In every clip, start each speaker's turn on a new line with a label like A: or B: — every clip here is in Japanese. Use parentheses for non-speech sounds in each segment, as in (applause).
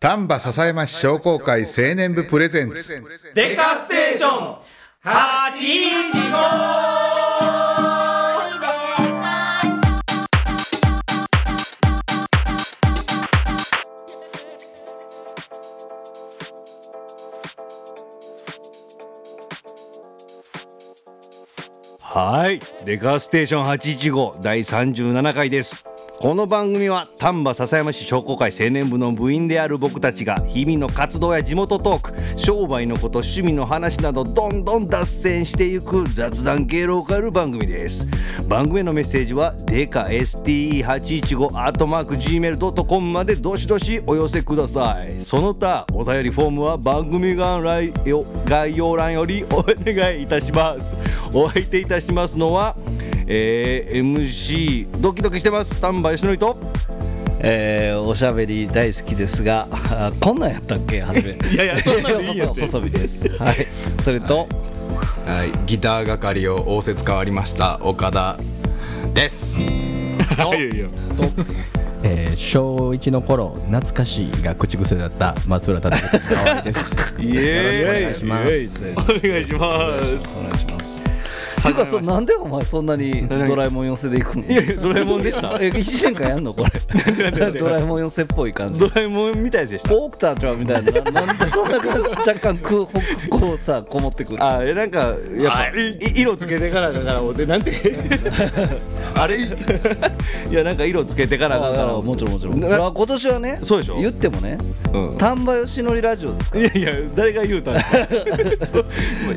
A: 丹波篠山市商工会青年部プレゼンツ
B: デカステーション8イチ
C: はい「デカステーション815」第37回ですこの番組は丹波篠山市商工会青年部の部員である僕たちが日々の活動や地元トーク商売のこと趣味の話などどんどん脱線していく雑談系ローカル番組です番組へのメッセージは「デカ STE815」「アットマーク Gmail.com」までどしどしお寄せくださいその他お便りフォームは番組概要概要欄よりお願いいたしますお相手いたしますのはえー、MC ドキドキしてます丹波よしのりと
D: えー、おしゃべり大好きですが、あこんなんやったっけ、はじめ。い
C: やいやそんなん (laughs) でいいやんて
D: 細身です。はい、それと、
E: はい、ギター係を仰せつかわりました岡田です。
C: はいいや
F: えー小1の頃懐かしいが口癖だった松浦達也君のです。
C: イエーイ
F: よろしくお願い
C: イエーイお願いします
D: お願いします。ていうか、そう、なんでお前そんなにドラえもん寄せでいくの。
C: いやドラえもんでした
D: え、一年間やんの、これ。ドラえもん寄せっぽい感じ
C: ド。ラえもんみたいでした
D: ポークターちゃんみたいな、ななんでそんな感じ、若干く、ほこうさ、こもってくる。
C: あーえなんかやっぱい色つけてからだからでなんて
E: あれ (laughs)
C: いやなんか色つけてからだから
D: もちろん、もちろん。
C: な
D: それは今年はね、
C: そうでしょ
D: 言ってもね、
C: うん
D: 丹波よしのりラジオですから
C: い。やいや誰が言うたんですかそう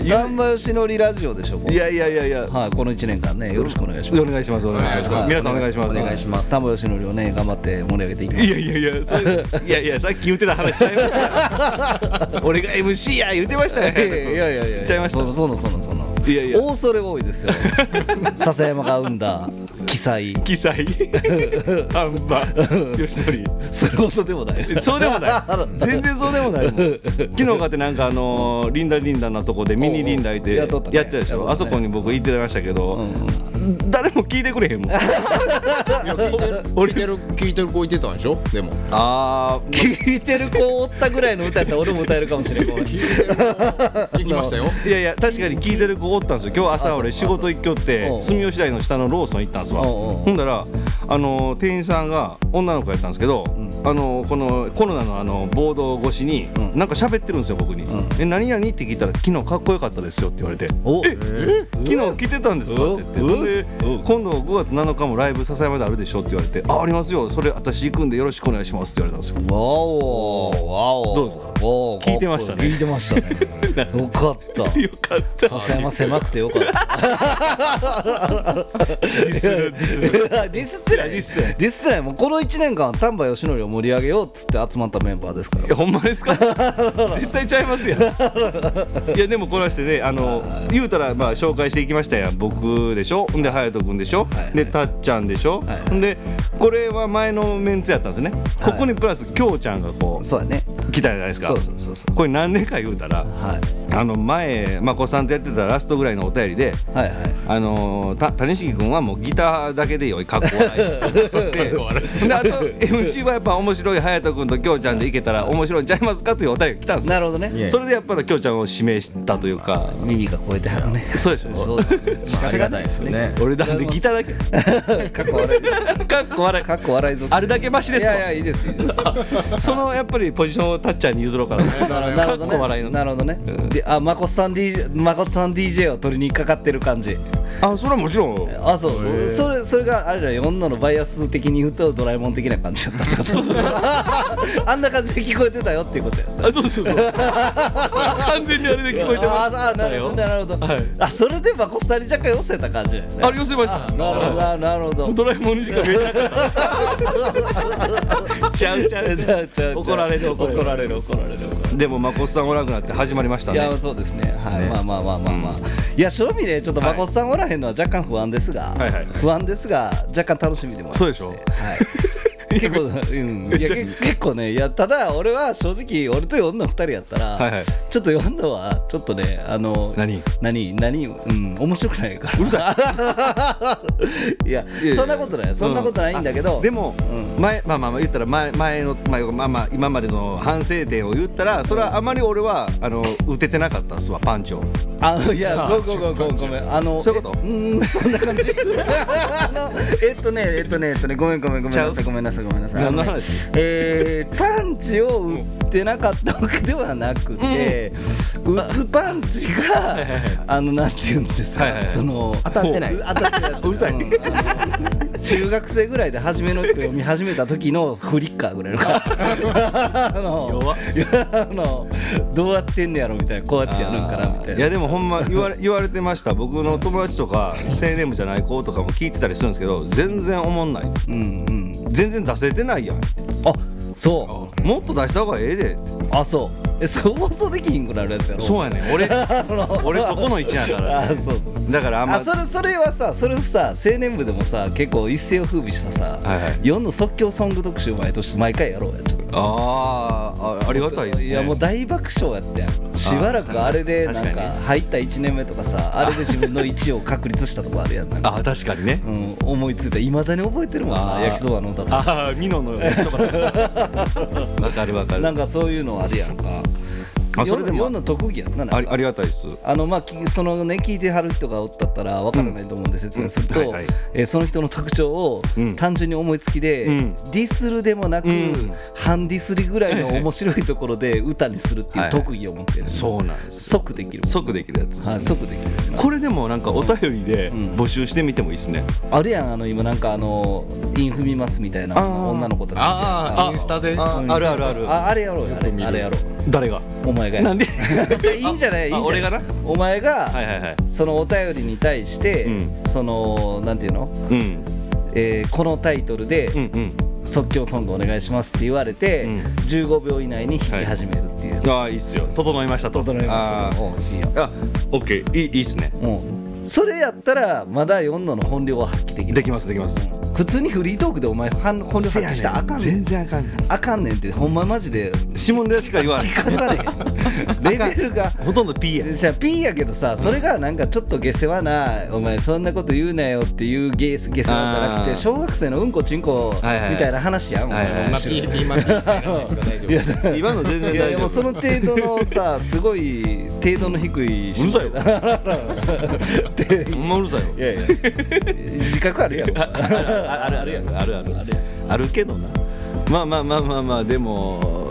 D: 丹波よしのりラジオでしょこれ
C: いやいやいやいや
D: はい、この1年間ね、よろしくお願いしま
C: お
D: す。
C: 願いしますお願いします皆さんお願いします
F: お願いします。
D: 田村義則をね、頑張って盛り上げていきま
C: いやいやいや、それいやいや、さっき言ってた話ちゃいます (laughs) よ俺が MC や言ってましたよ。
D: す。いやいやいやいや、
C: ちゃいました
D: そのそのそのその。
C: いやいや
D: 大それ多いですよ。笹山が生んだ奇才。
C: 記 (laughs) 載、アンバ、よしのり。
D: それほどでもない。
C: そうでもない。全然そうでも (laughs) ないもん。昨日かってなんかあのーリンダリンダのとこでミニリンダいて
D: お
C: や
D: うおうやっとったね
C: ってたでし
D: やっとった
C: ょ。
D: ね
C: あそこに僕行ってましたけど、誰も聞いてくれへんもん。
E: 聞いてる聞いてる子いてたんでしょでも
C: あ
D: 聞いてる子おったぐらいの歌やったら俺も歌えるかもしれん。ごめん
E: 聞きま (laughs) したよ。
C: ーいやいや確かに聞いてる子おったんですよ今日朝俺仕事行きよって
D: おう
C: 住吉台の下のローソン行ったんですわ
D: おうおう
C: ほんだらあのー店員さんが女の子やったんですけど、あのーこのコロナのあのボード越しに、
D: うん
C: なんか喋ってるんですよ僕に「
D: ん
C: え何々?」って聞いたら「昨日かっこよかったですよ」って言われて「
D: お、
C: 昨日来てたんですか?」って言って
D: う
C: ほ
D: ん
C: んで「今度5月7日もライブ笹山であるでしょ」って言われて「あありますよそれ私行くんでよろしくお願いします」って言われたんですよ。
D: わお、わお。
C: どうぞ
D: おー
C: 聞いてましたね
D: かっこいい聞いてまし
C: (laughs)
D: たね。よかった。
C: よかった
D: 笹山狭くてよかった。
C: ディスるディスる
D: いや (laughs) ディスってない
C: いやデ
D: デ
C: ィ
D: ィ
C: スってない
D: スってないもうこの1年間丹波義則を盛り上げようっつって集まったメンバーですか
C: い
D: ら
C: やほんまです
D: (laughs)
C: か絶対ちゃいますやんいやでもこらしてねあの言うたらまあ紹介していきましたやん僕でしょんで隼人君でしょ、
D: はいはい
C: でたっちゃんでしょ、
D: はいはい
C: んでこれは前のメンツやったんですね、
D: は
C: こ
D: い
C: こにプラスきょうちゃんがこう
D: そうだね
C: 来たじゃないですか
D: そうそうそうそ
C: これ何年か言うたら
D: うはい
C: あの前まこさんとやってたラストぐらいのお便りで
D: はいはい
C: あのーた谷重君はもうギターだけで良い格好
D: (laughs)
C: ないつってであと MC はやっぱ面白い隼人君と京ちゃんでいけたら面白いんちゃいますかというお便りが来たんです
D: な
C: よ
D: るほどね
C: それでやっぱり京ちゃんを指名したというか
D: 耳が超えてはるね
C: そうでしょ
D: そうですね仕
E: ありがたいですよね。
C: 俺なんでギターだけ
D: かっこ悪い
C: かっこ悪い
D: かっこ笑いぞ
C: あれだけマシです
D: い
C: わ
D: やいやいいですいいです
C: そのやっぱりポジションをたっちゃんに譲ろうかな
D: な
C: かっ
D: るほど
C: こ笑い
D: ね
C: の
D: なるほどねであまこさん DJ まこさん DJ を取りにかかってる感じ
C: あそれはもちろん
D: あそうそれそれがあれだよ女のバイアス的に言うとドラえもん的な感じだっ
C: (laughs)
D: たってこと (laughs) あんな感じで聞こえてたよっていうことや
C: あそうそうそう完全にあれで聞こえてました
D: ああなるほどねなるほど、
C: はい
D: あそれでまこっさり若干寄せた感じだよね
C: あれ寄せました
D: なるほどなるほど (laughs)
C: ドラえもんにしか見えなか
D: (laughs)
C: ったですちゃうちゃうちゃう怒られる怒られる
D: 怒られる怒られる怒られる
C: でもまこっさんおらんくなって始まりました
D: い
C: ね
D: やそうですねはいまあまあまあまあまあ、いや正味ねちょっとまこっさんおらへんのは若干不安ですが、
C: はいはい
D: 不安ですが若干楽しみでもありまして
C: (laughs) そうでし
D: はい結構、うん、いやけ結構ねいやただ俺は正直俺と女2人やったら、
C: はいはい
D: ちょっと女はちょっとねあの
C: 何
D: 何何うん面白くないからうるさ (laughs) いいや
C: いや
D: そんなことないそんなことないんだけど、
C: でも、
D: う
C: 前まあまあまあ言ったら前前の、まあまあまあ、今までの反省点を言ったらそれはあまり俺はあの打ててなかったっすわパンチを
D: あのいやごごごごごめんあの
C: そういうこと
D: えうんそんな感じ (laughs) あのえっとねえっとねえっとねごめんごめんごめんな
C: ち
D: さ
C: ゃ
D: いごめんなさいごめんなさい
C: 何の
D: あのね
C: 話
D: えーパンチを打ってなかったわけではなくて、打つパンチがあのなんて言うんですか、
C: はいはいはい
D: その
F: 当たってないう
D: 当たって
C: (laughs)
D: ないうるさい中学生ぐらいで初めの読み始めた時のフリッカーぐらいの感じあの
C: 弱っ
D: いや (laughs) あのどうやってんねやろみたいなこうやってやるんかなみたいない
C: やでもほんま言われ言 (laughs) われてました僕の友達とか青年部じゃない子とかも聞いてたりするんですけど全然おもんないっつって
D: うんうん、
C: 全然出せてないやん
D: あそ
C: もっと出した方がええで
D: うあそうえそう放送できひんくなるやつやろ
C: そうやね
D: (laughs)
C: ん俺俺そこの位置やから
D: あそうそう
C: だからあんま
D: あそれそれはさそれさ青年部でもさ結構一世を風靡したさ、
C: はいはい
D: 世の即興ソング特集毎年毎回やろうやちょっと
C: あーあありがたいっすね
D: いやもう大爆笑やってんしばらくあれで
C: あ
D: なん
C: 確かに
D: か入った1年目とかさあれで自分の1を確立したとこあるや
C: (laughs)
D: んなんか
C: あ確かにね
D: うん、思いついたいまだに覚えてるもん
C: あ
D: な
C: ー
D: 焼きそばの歌とか
C: ああミノの焼きそばわかるわかる
D: なんかそういうのあるやんか
C: あそれで
D: 世の世
C: も
D: の特技やんななんか
C: ありありがたいっす
D: あのまあ、きそのね聞いてはる人がおったったらわからないと思うんで説明すると、
C: うんはいはい
D: えーその人の特徴を
C: うん
D: 単純に思いつきで、
C: うん
D: ディスるでもなく、
C: うん
D: 半ディスりぐらいの面白いところで歌にするっていう特技を持って
C: (laughs)
D: る、
C: そうなんです
D: 即できる
C: 即できるやつっす
D: はい、即できる
C: これでもなんかお便りで
D: うん
C: 募集してみてもいいですね、
D: あるやんあの今なんかあのインフミマスみたいな
C: あー
D: 女の子たち
E: ああインスタ
D: で
E: で
C: ああるあるある
D: ああれやろうよあれあれやろう
C: 誰が
D: お前がや
C: なんで
D: じゃ (laughs) あいいんじゃないいいんじゃ
C: あ
D: ない
C: 俺がな
D: お前
C: (laughs)
D: が、
C: はいはいはい
D: そのお便りに対して、
C: うん
D: そのなんていうの
C: うん
D: えーこのタイトルで
C: うんうん
D: 即興ソングお願いしますって言われて、
C: うん
D: 15秒以内に弾き始めるっていう、
C: ああいいっすよ整いましたと
D: 整いました
C: あ
D: ねうんいいよ
C: ーあオッケーいいいいっすね
D: うんそれやったらまだ4のの本領は発揮できる
C: できますできます
D: 普通にフリートークでお前はん本領発揮したらあかんねん
C: 然あかん
D: あかんねんってほんまマジで
C: 指紋でしか言わ (laughs) ない
D: 聞かされへんレベルが
C: ほとんど P (laughs) や
D: じゃあ P やけどさそれがなんかちょっと下世話な、お前そんなこと言うなよっていうゲス下世話じゃなく
C: あ
D: て
C: ー
D: 小学生のうんこちんこみ
C: はいはい
D: たいな話やん、お前
C: はいはい
E: まあピーピーマンピー入らないですか大丈夫です
C: 今の全然
D: いや
C: 大
D: で
C: 丈
D: も
C: 夫
D: その (laughs) 程度のさすごい程度の低いう
C: るさいよ (laughs)
D: って
C: ほんまうるさいよ
D: いやいや自覚あるや (laughs) ろ
C: あるあるやんあるあるあるあるけどなまあまあまあまあまあでも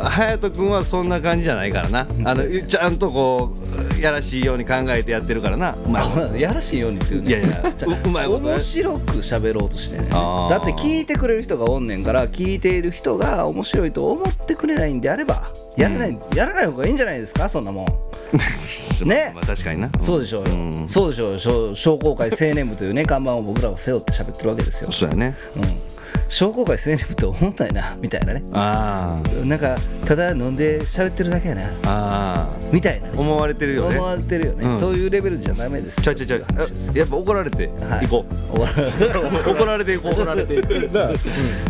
C: 隼人君はそんな感じじゃないからなあのちゃんとこうやらしいように考えてやってるからなまあ
D: あやらしいようにっていうね
C: いやいや
D: じゃあ
C: ううまいことね
D: 面白く喋ろうとしてんね
C: あー
D: だって聞いてくれる人がおんねんから聞いている人が面白いと思ってくれないんであればやらない、やらない方がいいんじゃないですかそんなもんね
C: まあ確かにな
D: そうでしょうよ、
C: ん
D: そうでしょうよ商商工会青年部というね看板を僕らが背負って喋ってるわけですよ、
C: そうやね
D: うん、商工会青年部って思んないなみたいなね
C: あ
D: なんかただ飲んで喋ってるだけやな
C: あああ
D: みたいなね、
C: 思われてるよね
D: 思われてるよね、
C: うん
D: そういうレベルじゃダメです
C: ちゃうちゃうちゃう
D: 話です
C: あやっぱ怒られて
D: はい
C: 行こ (laughs)
D: 終わる
C: う怒られて行こ
E: 怒られ
C: う
E: ていく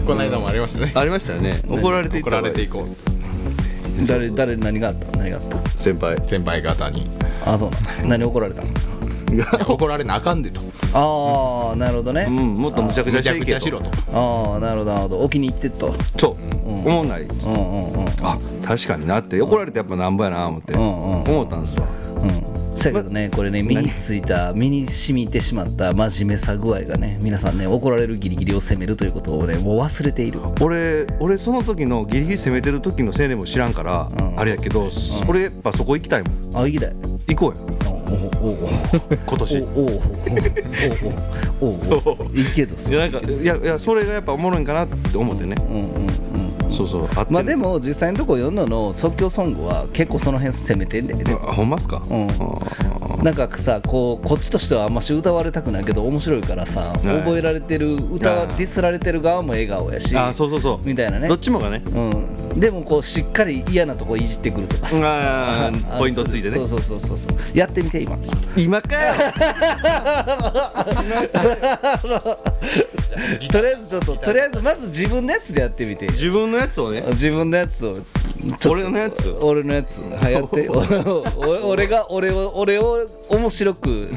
E: この間もありましたね
C: ありましたよね怒られていっ
E: 怒
C: た
E: られていこう
D: (laughs) 誰誰何があった何があっ
C: 先輩
E: 先輩方にい
D: たあそうなの何怒られたの
E: や怒られなあかんでと
D: ああなるほどね、
C: うんもっとむちゃく
E: む
C: ちゃ
E: ちゃ
C: してい
E: く
C: け
E: ちゃしろと
D: ああなるほどなるほどお気に入ってっと
C: そう思わないっつって
D: うんうんうん
C: あ確かになって怒られてやっぱなんぼやな思って、
D: んうん
C: 思ったんですわ
D: うんせやけどねこれね身についた身に染みてしまった真面目さ具合がね皆さんね怒られるギリギリを責めるということをねもう忘れている
C: 俺俺その時のギリギリ攻めてる時の青年も知らんから、
D: うん
C: あれやけど、俺やっぱそこ行きたいもん
D: あ行きたい
C: 行こうよ
D: おおお
C: 今年い
D: おおおおおおおいいけどさ
C: やなんかいやいやそれがやっぱおもろいんかなって思ってね、
D: うんうんうん
C: そうそうあって
D: まあでも実際のとこ読んだの即興ソングは結構その辺攻めてんだよね
C: あほんまっすか、
D: うんなんかさこうこっちとしてはあんまし歌われたくないけど面白いからさ覚えられてる歌は
C: あ
D: デ
C: ー
D: ィスられてる側も笑顔やし
C: あそうそうそう
D: みたいなね
C: どっちもがね
D: うん、でもこうしっかり嫌なとこいじってくるとかさ
C: あー
D: あ
C: ポイントついてね
D: そうそうそうそうそうやってみて今
C: 今かよ
D: とりあえずちょっととりあえずまず自分のやつでやってみて
C: 自分のやつを (laughs) ね
D: 自分のやつをちょ
C: 俺のやつ
D: 俺のやつはやっ
C: (laughs)
D: ておお俺が俺を俺を面白く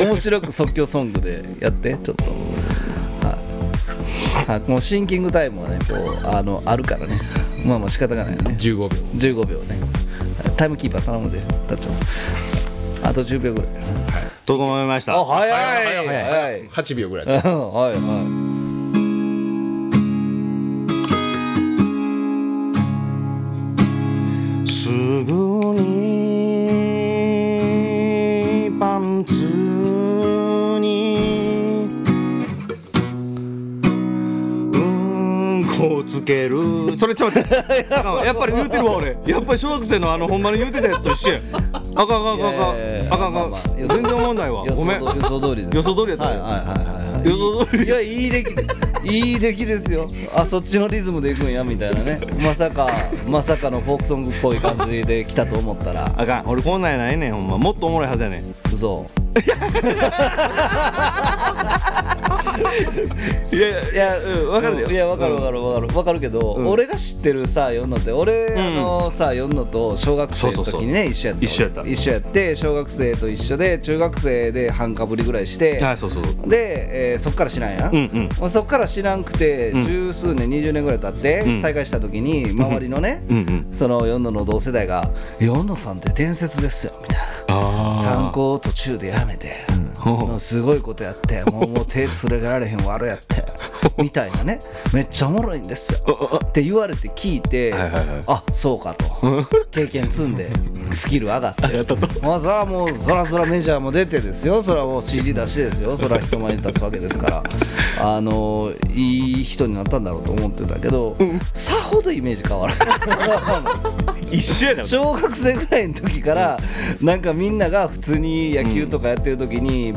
D: 面白く即興ソングでやってちょっとはいはいこのシンキングタイムはねこうあのあるからねまあまあ仕方がないよね
E: 15秒
D: 15秒ねタイムキーパー頼むでたっちゃんあと10秒ぐらい
C: 整えました
D: あ早い
E: 早い
D: 早い
E: 早
D: 早
E: い
D: い
E: 8秒ぐらい
D: はいは
C: すぐにパンツにうんこをつけるそれちょっと待っ
D: (laughs)
C: てあかんやっぱり言うてるわ俺やっぱり小学生のあのほんまに言うてたやつと一緒やあかんあかんあかん
D: いやいやい
C: あ
D: や
C: かんあかんあ
D: まあ
C: かん
D: まあ
C: 全然思わないわ
D: い予
C: ごめん
D: 想通り予想通りです
C: 予想通りやった
D: はい
C: よ
D: はいはいはい
C: 予想通り
D: いやいい出来いい出来ですよあそっちのリズムでいくんやみたいなねまさかまさかのフォークソングっぽい感じで来たと思ったら
C: あかん俺こんなんやないねんほんまもっとおもろいはずやねん
D: 嘘
C: いや
D: いやうん分
C: かるで
D: いや分かる分かる分かる分かるけど、俺が知ってるさあ読んのって俺、
C: ん
D: あのさあ読んのと小学生の
C: そうそうそう
D: 時にね一緒やった
C: 一緒やった
D: 一緒やって小学生と一緒で中学生で半かぶりぐらいして、
C: はいそうそう
D: で、えーそっから知らんや、
C: うん
D: まあそっから知らんくて、
C: ん
D: 十数年20年ぐらい経って、
C: うん
D: 再会した時に周りのね、
C: うんうん
D: その四野の同世代が「四野さんって伝説ですよ」みたい
C: あ
D: な
C: ー
D: 参考を途中でやめて、もうすごいことやってもうもう手連れられへん悪や (laughs) ってみたいなねめっちゃ (laughs) おもろいんですよって言われて聞いて、あそうか (laughs) と経験積んでスキル上がってまあそらもうそらそらメジャーも出てですよそらもう CD 出してですよ (laughs) そら人前に立つわけですからあのいい人になったんだろうと思ってたけど、さほどイメージ変わらない。
C: 一緒やな
D: 小学生ぐらいの時からなんかみんなが普通に野球とかやってる時に、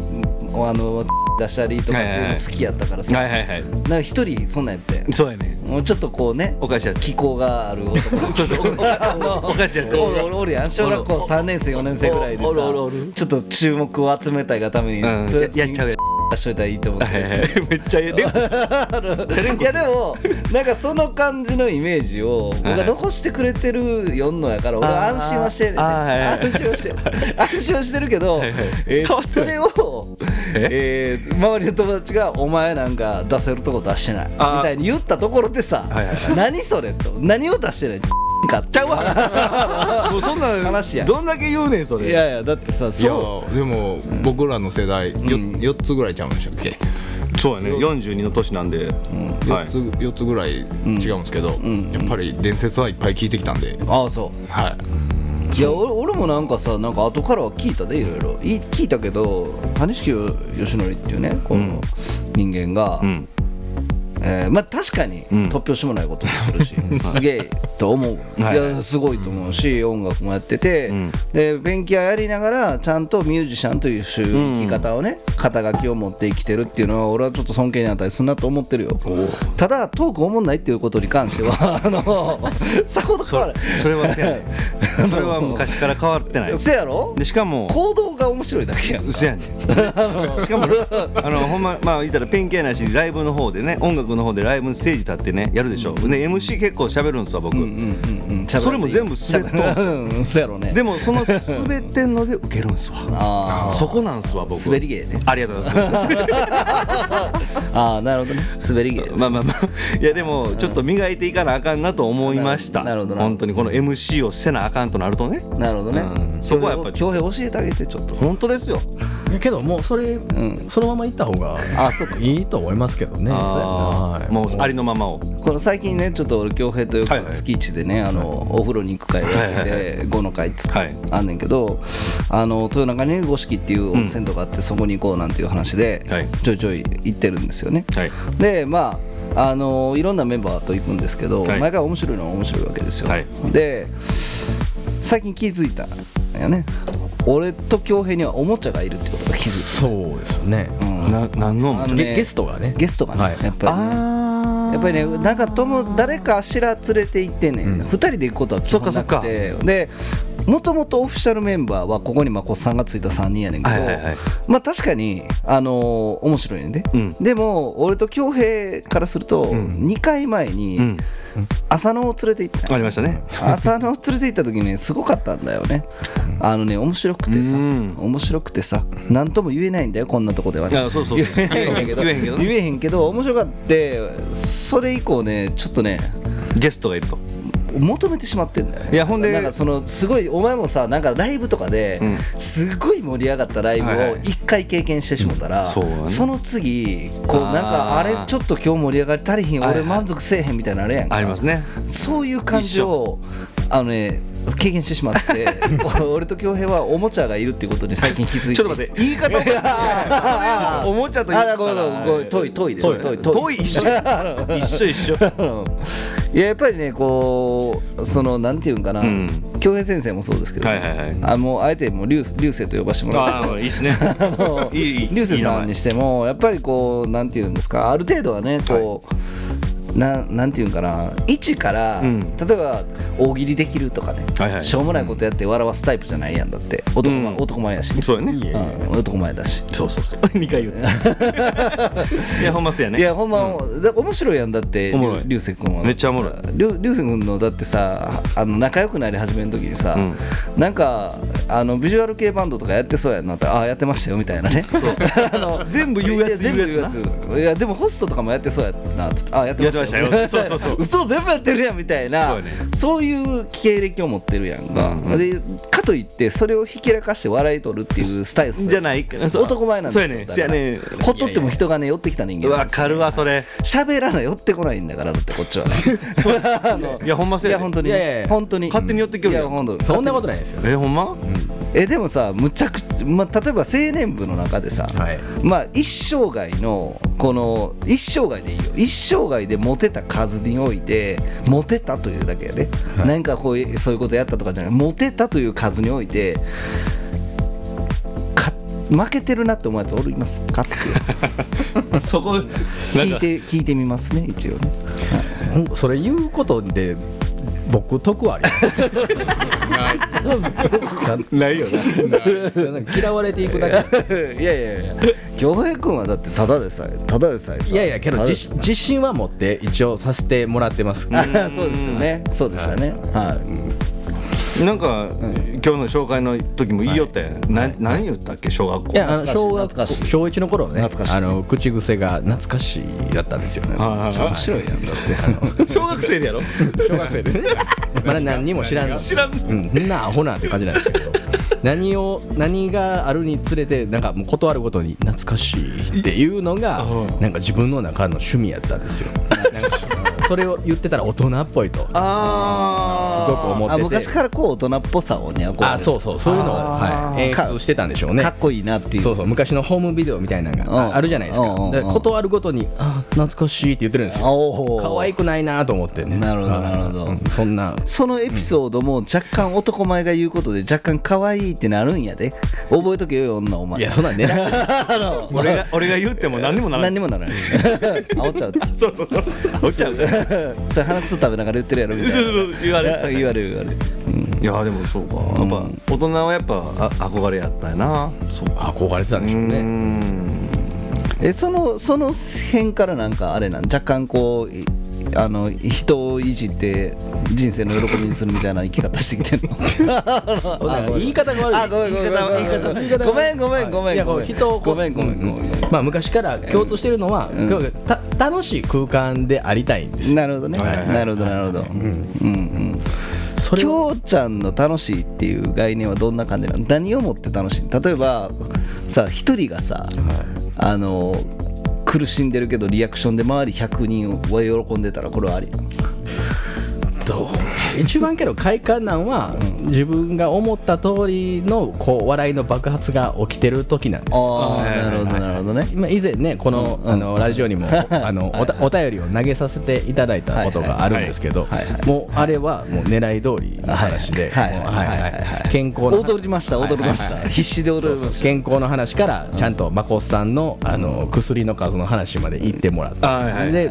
D: あの出したりとかっていうの好きやったからさ、
C: はいはいはい
D: なんか一人そんなんやって
C: そうやね
D: もうちょっとこうね
C: おかしいやつ
D: 気候がある男
C: そうそうおか (laughs) おかしいやつ
D: おるおるおるやん小学校3年生4年生ぐらいでさ
C: おるおるおる
D: ちょっと注目を集めたいがために、
C: うん
D: とりあえず
C: ややっちゃうや
D: 出しといたらいいと思って、
C: めっちゃええレンコさん
D: (laughs) いやでもなんかその感じのイメージを僕が残してくれてる四のやから俺は安心はしてる、ね、
C: あーあーはいはい
D: 安心は
C: (laughs)
D: してる安心はしてるけど、えー
C: 変わってない
D: それを、えー周りの友達が「お前なんか出せるとこ出してない」み
C: あー
D: たいに言ったところでさ「
C: はいはいは
D: 何それ」と「何を出してない?」 (laughs) 買っちゃ
C: (laughs)
D: うわ
C: もうそんなん
D: 話や
C: どんだけ言うねんそ
D: い
C: れ
D: やいやだってさ
E: いや
D: そ
E: でも僕らの世代よ4つぐらいちゃうんでしたっけ
C: そうやね42の年なんで、は
E: 4
C: い
E: つ4つぐらい違うんですけどやっぱり伝説はいっぱい聞いてきたんで
D: うああそう
E: はい
D: いや俺俺もなんかさなんか後からは聞いたでいろいろい聞いたけど谷敷義則っていうねこの人間が、
C: うん
D: えーまあ確かに
C: ん
D: 突拍子もないこともす
C: (laughs)
D: るし、すげえと思う、
C: はいい
D: やすごいと思うし、音楽もやってて、で勉強やりながらちゃんとミュージシャンという生き方をね、肩書きを持って生きてるっていうのは俺はちょっと尊敬に値するなと思ってるよただトークおもんないっていうことに関しては (laughs) あ
C: (laughs)
D: のさほど変わらない
C: それはせやねんそれは昔から変わってない
D: せやろ
C: でしかも
D: 行動が面白いだけやんか
C: せやねんしかもあのほんままあ言ったらペン系ないしライブの方でね音楽の方でライブのステージ立ってねやるでしょ、で MC 結構喋るんですわ僕、それも全部滑っとんすよ
D: うんそうやろね
C: で
D: も
C: もその滑ってんので受けるんすわ
D: あ
C: そこなんすわ僕
D: ー滑り芸ね
C: ありがとうございます
D: (laughs) ああなるほどね滑り芸
C: まあまあまあいやでもちょっと磨いていかなあかんなと思いました
D: なるほどなるほど
C: 本当にこの MC をせなあかんとなるとね
D: なるほどね、
C: うんそこはやっぱり
D: 恭平教えてあげてちょっと
C: 本当ですよ
F: いやけどもうそれ、
D: ん
F: そのまま行った方が
D: あそうか
F: いいと思いますけどね
C: あーもうありのままを
D: この最近ねちょっと俺恭平とよ
C: はいは
D: く
C: い
D: 月一でね、あのお風呂に行く会をやって
C: はい
D: て5の会っつって、
C: はい
D: あんねんけどあの豊中に五色っていう温泉とかあって、そこに行こうなんていう話で、
C: はい
D: ちょいちょい行ってるんですよね、
C: はい
D: でまああのいろんなメンバーと行くんですけど、
C: はい
D: 毎回面白いのは面白いわけですよ、
C: はい
D: で最近気づいたんだよね俺と恭平にはおもちゃがいるってことが気づい
F: そうですね、
C: な何のも
D: あのね
F: ゲゲストがね
D: たゲストがね、
F: はい
D: やっぱりね、
C: あ
D: やっぱりねなんか友誰かしら連れて行ってね、二2人で行くことは基本な
C: そっ
D: く
C: か
D: てでもともとオフィシャルメンバーはここにまあこうさんがついた3人やねんけど、
C: はいはいはい
D: まあ確かに、あのー面白いねんで、
C: うん
D: でも俺と恭平からすると2回前
C: う
D: に
C: ん
D: 浅野を連れて行った
C: ありましたね
D: 浅野を連れて行った時ねすごかったんだよねあのね面白くてさ
C: うん
D: 面白くてさ何とも言えないんだよこんなとこではね
C: あそうそうそう
D: 言えへんけど
C: 言えへんけどね
D: 言えへんけど面白かってそれ以降ねちょっとね
C: ゲストがいると
D: 求めてしまってんだよね
C: いやほんで
D: なんかそのすごいお前もさなんかライブとかで、
C: ん
D: すごい盛り上がったライブ
C: はい
D: を
C: はい
D: 一回経験してしもたら、
C: んそうだね
D: の次こう
C: あー
D: なんかあれちょっと今日盛り上がり足りひん、
C: はいはい
D: 俺満足せえへんみたいなあれやんか
C: ありますね
D: そういう感じをあのね経験してしまって
C: (laughs)
D: 俺と恭平はおもちゃがいるっていうことに最近気づいて
C: ちょっと待って言い方おかしいねそれをおもちゃと言っ
D: あ
C: たら
D: だごめんごめんごめん遠い遠いです
C: 遠い
D: 遠い
C: 遠い
D: (laughs)
C: 一緒一緒一緒
D: いややっぱりねこうそのなんていうんかな
C: うん
D: 恭平、先生もそうですけど、
C: はいはいはい
D: あもうあえてもう流流星と呼ばせてもら
C: あ
D: う
C: あいいですね
D: の
C: いいいい
D: 流星さん
C: いい名前
D: にしてもやっぱりこうなんていうんですかある程度はねこう、ななんていうんかな位置から、
C: うん
D: 例えば大喜利できるとかね、
C: はいはい
D: しょうもないことやって笑わすタイプじゃないやんだって男前,、
C: うん
D: 男前やし、
C: そうやね
D: うん男前だし。
C: そうそうそう (laughs) 二回言った
D: (laughs)
C: いやほんまっすやね
D: いやほんま、だ面白いやんだって
C: おもろい
D: 流星君は
C: めっちゃおもろい
D: 流流星君のだってさあの仲良くなり始めの時にさ、
C: うん
D: なんかあのビジュアル系バンドとかやってそうやんなってああやってましたよみたいなね (laughs) あの
C: 全部言うやつ
D: い全部
C: 言うやつ
D: いやでもホストとかもやってそうやなっつってああやってましたよ
C: やってましたよそうそうそう
D: 嘘全部やってるやんみたいな
C: そ
D: そうう,、
C: やね
D: いう経歴を持ってるやんか、
C: うんうん
D: でかといってそれをひけらかして笑い取るっていうスタイル
C: じゃないかそう
D: 男前なんですよ
C: そうやね
D: だから
C: そうやね
D: ほっとっても人がね寄ってきた人間なん
C: わ
D: ですよ
C: かるわそれ
D: 喋らない寄ってこないんだからだってこっちは (laughs) あの
C: いやほんまそう
D: い
C: や
D: や
C: ね
D: 本当に
F: いやいやいや
D: 本当に
C: 勝手に寄ってきよる
D: い
C: やん
D: や本当
F: そんなことないですよ
C: えほんま
D: えでもさむちゃくちゃ、まあ、例えば青年部の中でさ、
F: はい
D: まあ一生涯のこの一生涯でいいよ一生涯でモテた数においてモテたというだけやで、なんかこういうそういうことやったとかじゃないモテたという数においてか負けてるなって思うやつおりますかっていう
F: (laughs)
C: そこ
D: 聞いて聞いてみますね一応ね
F: うんそれ言うことで僕得はあり
C: ないよね
F: ます (laughs) なんか嫌われて (laughs) いくだけ
D: いやいやいや、京平君はだってただでさえ、ただでさえさ。
F: いやいやけど
D: ただで
F: 自自信は持って一応させてもらってます
D: あ (laughs) そうですよね。そうですよね。はい。
C: なんか、今日の紹介の時も言いよったやん、な何言ったっけ小学校
F: いやあの小
D: 懐
F: 学
D: かしい懐かしい
F: 小一の頃ね
D: 懐かしい
F: あの口癖が懐かしいだったんですよ
C: ああ
D: 面白いやんだって。
C: 小学生でやろ
F: 小学生でねまだ何にも知らん
C: 知らん
F: うん、みんなアホなんて感じなんですけど
D: (laughs)
F: 何を何があるにつれてなんかもう断るごとに懐かしいっていうのがなんか自分の中の趣味やったんですよなんかそれを言ってたら大人っぽいとすごく
D: あ
F: 思って
D: あ
F: て
D: 昔からこう大人っぽさをね、憧れ
F: あそうそうそういうのを、
D: あー
F: はい、演出してたんでしょうね
D: かっこいいなっていう。
F: そうそう昔のホームビデオみたいなのが
D: うん
F: ああるじゃないです
D: うんうんう
F: か
D: ん
F: で断るごとにあ懐かしいって言ってるんですよ
D: おお。
F: 可愛くないなと思ってね
D: なるほどなるほど
F: うんそんな
D: そのエピソードも若干男前が言うことで若干可愛いってなるんやで覚えとけよ女お前
F: いやそんなんね
C: 俺が俺が言っても何にもなら
D: 何
C: ん
D: にもならない
F: (laughs)
D: 煽っちゃうって
C: そうそうそう落ちちゃうから
D: それ鼻くそ食べながら言ってるやろ
F: (laughs)
D: みたいな
C: 言われてたね
D: (laughs) 言われる言われる
C: いやでもそうか、やっぱ大人はやっぱあ憧れやったやなそう
F: 憧れてたんでしょう
C: うー
F: ね
C: ん
D: えそのその辺からなんかあれなん若干こういあの人をいじって人生の喜びにするみたいな生き方してきてんの (laughs)
F: なんか言い方が悪い
D: あごめんごめんごめんごめんごめんごめんごめん
F: がいやこう人をこう
D: ごめんごめんごめんごめん
F: まあ昔から共通してるのは、今日た楽しい空間でありたいんです
D: なるほどね、なるほどなるほど、うんうん
F: そ
D: き
F: れを
D: ょうちゃんの楽しいっていう概念はどんな感じなの何をもって楽しい例えばさ一人がさ、あの苦しんでるけどリアクションで周り100人は喜んでたらこれはありなの
F: どう一番けど快感なんは、自分が思った通りのこう笑いの爆発が起きてる時なんですよ
D: ああなるほどなるほどね
F: まあ以前ねこの,、あのラジオに
D: (laughs)
F: もあのおたお便りを投げさせていただいたことがあるんですけど、
D: はいはいはい
F: もうあれはもう狙い通りの話で
D: はいはい
F: もう
D: はいはい
F: はい健康な
D: 踊りました踊りました、
F: はいはいはい
D: 必死で踊り
F: そう
D: ま
F: そう
D: した
F: 健康の話からちゃんとまこさんのあの薬の数の話まで行ってもらって、
C: はいはいはい
F: で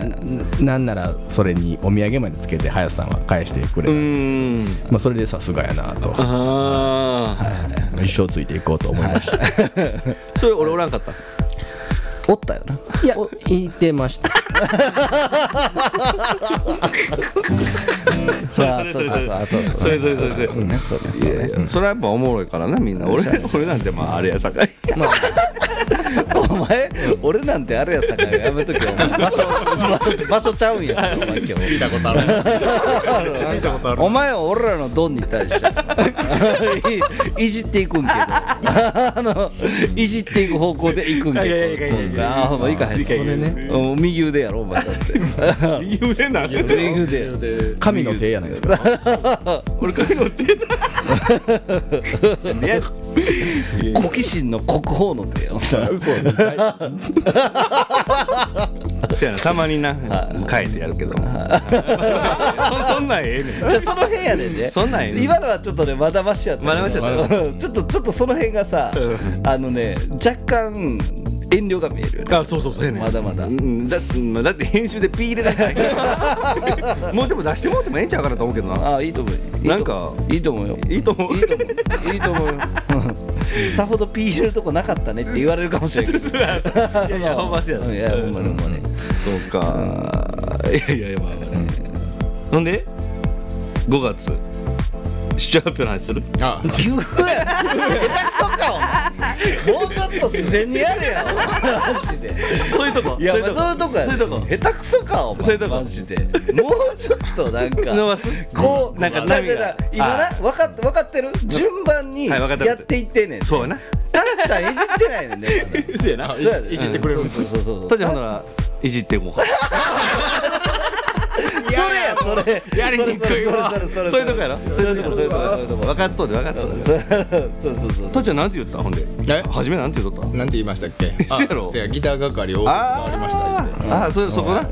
F: なんならそれにお土産までつけて林さんは返してくれた、
C: うーん
F: まあ、それでさすがやななと
C: あ
F: 一生ついていこうと思いました
C: あそれ俺おらんかった
D: おったよな。
F: いや言ってました
C: それそれそれそれ
D: あそうそう
C: それそれそれそれ
D: そうね、そうね、そうね。
C: それはやっぱおもろいからなみんな俺俺なんてまああれやさかい
D: お前、俺なんてあれやさかいやめとけよ。お前場所、場所ちゃうんや。お前今日
E: 見たことある見たことあ
D: お前は俺らのドンに対して (laughs) いいじっていくんけどあのいじっていく方向でいくんけど
C: いやいやいやいやいや
D: ああもういかへんそれねうん右腕やろお前だって
C: 右腕なんて
D: (laughs) 右腕やろ
F: 神の手やないですか
C: 俺髪の手だね
D: 好奇心の国宝の手よ
C: そやなたまにな変えてやるけどそ (laughs) んなんええねん
D: じゃあその辺やねんね
C: そんなんやね
D: 今のはちょっとねまだましやったけど
C: まだましやっ
D: ちょっとちょっとその辺がさあのね若干遠慮が見えるよね
C: あそうそうそうやねん
D: まだまだ
C: うんだまあだって編集でピー入れなきゃいけ (laughs) ないもうでも出してもうてもええんちゃうかなと思うけどな
D: ああいいと思ういいと思う
C: なんか
D: いいと思うよ
C: いいと思う
D: いいと思ういいと思うよ (laughs) さほどピー入れるとこなかったねって言われるかもしれ (laughs) ないけど
C: い (laughs) やいやほんまそうや
D: うんいやほんまにほんまに
C: そうかいやいやいやまあまあねほんで5月視聴発表の話する
E: あ
D: 急や下手くそかお (laughs) 前もうちょっと自然にやれよマジで
C: そういうとこ
D: いや
C: そ
D: そうう
C: いうとこ
D: いうとこや
C: そういうとこ
D: 下手くそかお前
C: そういうとこ
D: マジでもうちょっとなんか
C: (laughs) 伸ばす
D: こう
C: なんか波が
D: ちゃうちゃうちゃう今な
C: あ
D: 分かって分かってる順番に
C: はい分かった
D: やっていってんねんて
C: そうやな
D: たっちゃんいじってないねんね
C: (laughs)
D: まだ
E: そうやな
D: そうやで
E: いじってくれるんです
D: そうそうそうそう
C: とじゃほんならいじっていこうか
D: それやそれ
E: やりにくいわ
D: それそれ
C: そういうとこやろ
D: そういうとこそういうとこそういうとこ
C: 分かっとうで分かっとうで
D: そうそうそうそう
C: とじゃなんて言ったほんで
E: え
C: 初めなんて言っとった
E: なんて言いましたっけあ
C: そうやろ
E: せやギター係応募がありましたって
C: ああそそこな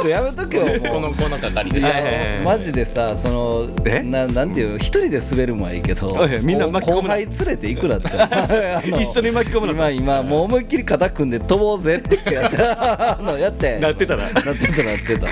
D: ちょやめとけよも
E: こ
D: う
E: のこの係で
C: いやいやいや
D: マジでさその
C: え
D: ななんていう一人で滑るのはいいけど
C: おいみんな巻き込む
D: 後
C: な
D: 輩連れて行くなって
C: (laughs)
D: あの
C: 一緒に巻き込むな
D: 今今もう思いっきり肩組んで飛ぼうぜって言ってやってあのやって
C: (laughs) なってたら
D: なってたなっ
C: (laughs)
D: てた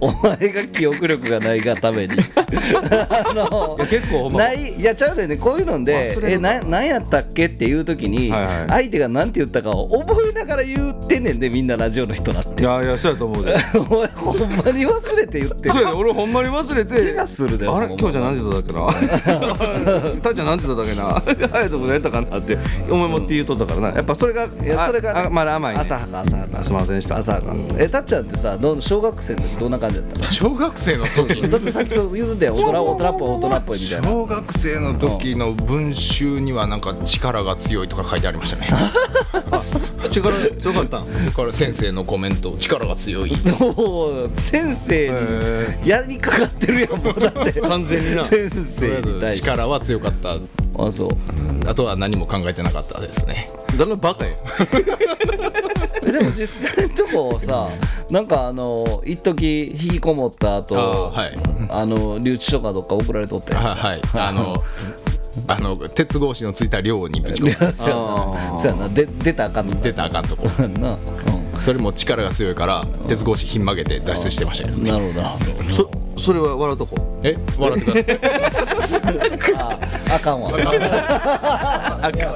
D: お前が記憶力がないがためにあの
C: いや結構ほんま
D: ないいやちゃうねんねこういうので
C: 忘れ
D: え
C: るの
D: ななんやったっけっていう時に、
C: はいはい
D: 相手がなんて言ったかを覚えながら言ってんねんでみんなラジオの人だって
C: いやいやそうやと思う (laughs) で
D: (laughs) お前ほんまに忘れて言ってる
C: そうやで俺ほんまに忘れて
D: 気がするで
C: あれ
D: ほんま
C: 今日じゃ何時だ (laughs) ったっけなたっちゃん何時だったっけな (laughs) あやとこ何やったかなって思いもって言うとったからなやっぱそれが
D: いや
C: あ
D: それが、
C: あまだ甘いね
D: 浅はか浅はか
C: あすいませんでした
D: 浅はかえたっちゃんってさどん小学生の時どんな感じだった
E: 小学生の
D: (laughs)
E: 時
D: だってさっきそう言うてたよ大人大人っぽい大人っぽいみたいな
E: 小学生の時の文集にはなんか力が強いとか書いてありましたね
C: 力強かったん
E: だから先生のコメント力が強い
D: おお先生
C: へ
D: にやりかかってるやんもうだって
C: 完全にな
D: 先
E: とりあ
D: 生
E: え
D: に
E: ず
D: 対して
E: 力は強かった
D: あそう
E: あとは何も考えてなかったですね
C: だんだんバカや
D: えでも実際のとこさなんかあの一時引きこもった
E: あ
D: 後
E: はい
D: あの留置所かどっか送られとったやん
E: あはいあのあの鉄格子のついた寮にぶち
D: い
E: 込
D: や
E: んで
D: そうやなそうやなで出たらあかんみた
E: 出
D: い
E: たらあかんとこ
D: なな、う
E: それも力が強いから鉄格子ひん曲げて脱出してましたけど
D: ん、
E: ね
D: なるほどなるほど
C: そそれは笑うとこ
E: え笑ってください
D: ああかんわ。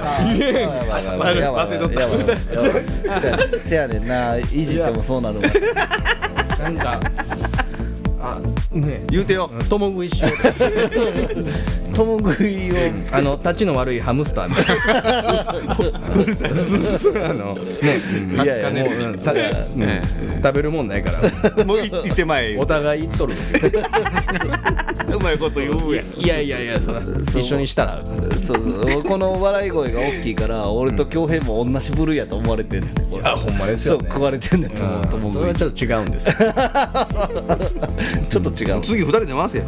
D: 忘れとった。せやねんな、いじってもそうなるわ。
F: (laughs) なんかあね
C: 言うてよ
F: 共食いしよう
D: トム食いを。
F: あの立ちの悪いハムスターみたいな。 (laughs) あのね、
E: いやいや
F: もううんただ食べるもんないから、
C: もうい行ってまえ
F: お互い言っとるんだけど。
C: うまいこと言うやん
F: いやいやいや、そら一緒にしたら。
D: そうそう、この笑い声が大きいから、俺と恭平も同じ部類やと思われてんねん。
F: あ、ほんまです
D: そう、
F: よね。
D: 食われてんねんと思う。ト
F: うん
D: ム
F: それはちょっと違うんですよ。
D: ちょっと違う。
C: 次二人で回せや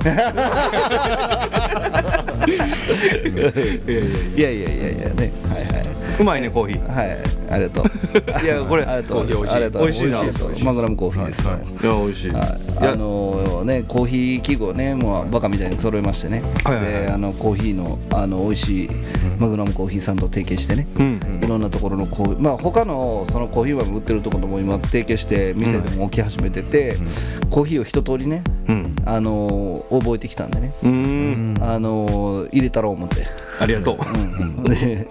D: いやいやいやいやね。は
C: うまいねコーヒ
D: いはい。はい、ありがとう。
C: ーいやこれ
D: ありがとう。
C: コーヒー美味しい
D: ありがとう
C: 美味しいな
D: 美味しいマグラムコーヒーです。
C: いや美味しい
D: はい、あのねコーヒー器具をねもうバカみたいに揃えましてね、
C: はいはいはい
D: であのコーヒーのあの美味しいマグナムコーヒーさんと提携してね、いろんなところのコーヒーまあ他のそのコーヒーは売ってるところも今提携して店でも置き始めてて、コーヒーを一通りね
C: うん
D: あのー覚えてきたんでね、
C: うーん
D: あのー入れたろう思って、
C: ありがとう
D: (laughs) で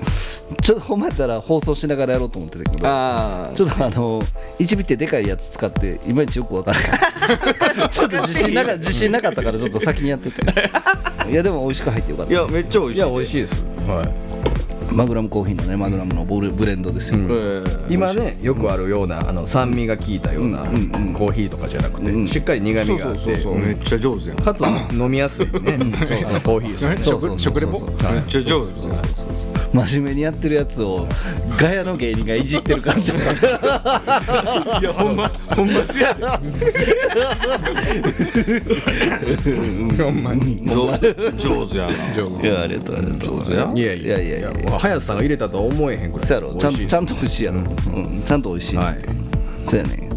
D: ちょっとほんまやったら放送しながらやろうと思ってたけど
C: あ
D: (laughs) ちょっとあの1ビってでかいやつ使っていまいちよくわからないちょっと自信なか自信なかったからちょっと先にやってていやでも美味しく入ってよかっ
C: いやめっちゃ美味しい
F: いや美味しいです、はい
D: たマグラムコーヒーのねマグラムのボルブレンドですよ、
F: うん
C: えー
F: 今ねよくあるようなあの酸味が効いたようなコーヒーとかじゃなくてしっかり苦味があって
C: めっちゃ上手やん
F: かつ飲みやすいね (laughs) そのコーヒーですよね
E: 食食レポ
C: めっちゃ上手ですね
D: 真面目にやってるやつをガヤの芸人がいじってる感じ
C: いやほんまほんま
E: ほんまに
C: 上手上手やない
D: やありがとうありがとう
F: いやい
D: い
F: や
D: や
F: い
D: いや
F: や
D: いや
F: 早瀬さんが入れたとは思えへんくらい
D: そうやろちゃん
F: 美味しい
D: ちゃんと美味しいやろ、うんちゃんと美味しい、
F: はい
D: そうやね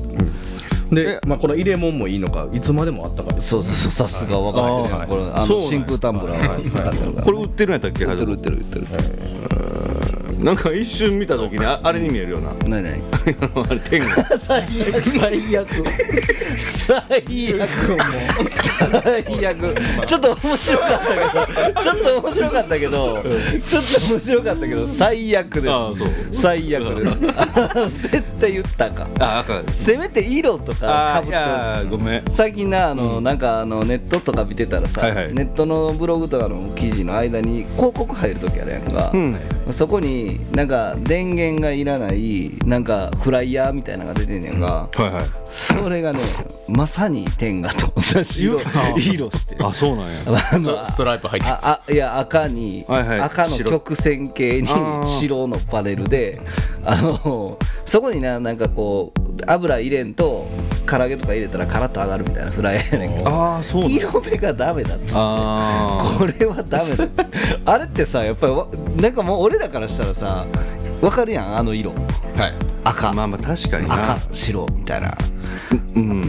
F: で、まあ、この入れ物もいいのかいつまでもあったかです
D: そうそうそうさすが分かれてる、
F: あー
D: これあの
C: そうなんや
D: 真空タンブラーを使ってるから、
C: これ売ってるんやったっけ
D: 売ってる売ってる売ってる
C: なんか一瞬見た時にあ (laughs) あれに見えるよな
D: 何何
C: あれ天狗
D: 最悪最悪最悪もう最悪ちょっと面白かったけどちょっと面白かったけどちょっと面白かったけど最悪で
C: あそう
D: す最悪です (laughs) 絶対言ったか
C: あ赤
D: せめて色とかか
C: ー
D: ぶ
C: い
D: ってほしい
C: やーごめん
D: 最近なあの、なんかあのネットとか見てたらさ、
C: はいはい
D: ネットのブログとかの記事の間に広告入る時あるやんか、
C: ん
D: そこになんか電源がいらないなんかフライヤーみたいなのが出てんねんが、
C: はいはい
D: それがねまさに天下と同じ色色してる
C: あそうなんや
D: あの
E: ストライプ入ってき
D: ああいや赤に、
C: はいはい
D: 赤の
C: 白
D: 曲線形に
C: あー
D: (laughs) 白のパネルであのそこにななんかこう油入れんと唐揚げとか入れたらカラッと揚がるみたいなフライやねんけど
C: ああそうなんや
D: 色目がダメだっつって
C: あー
D: これはダメ
C: (laughs)
D: だあれってさやっぱりわなんかもう俺らからしたらさわかるやんあの色
E: たはい
D: 赤、
C: まあまあ確かにな
D: 赤白みたいな、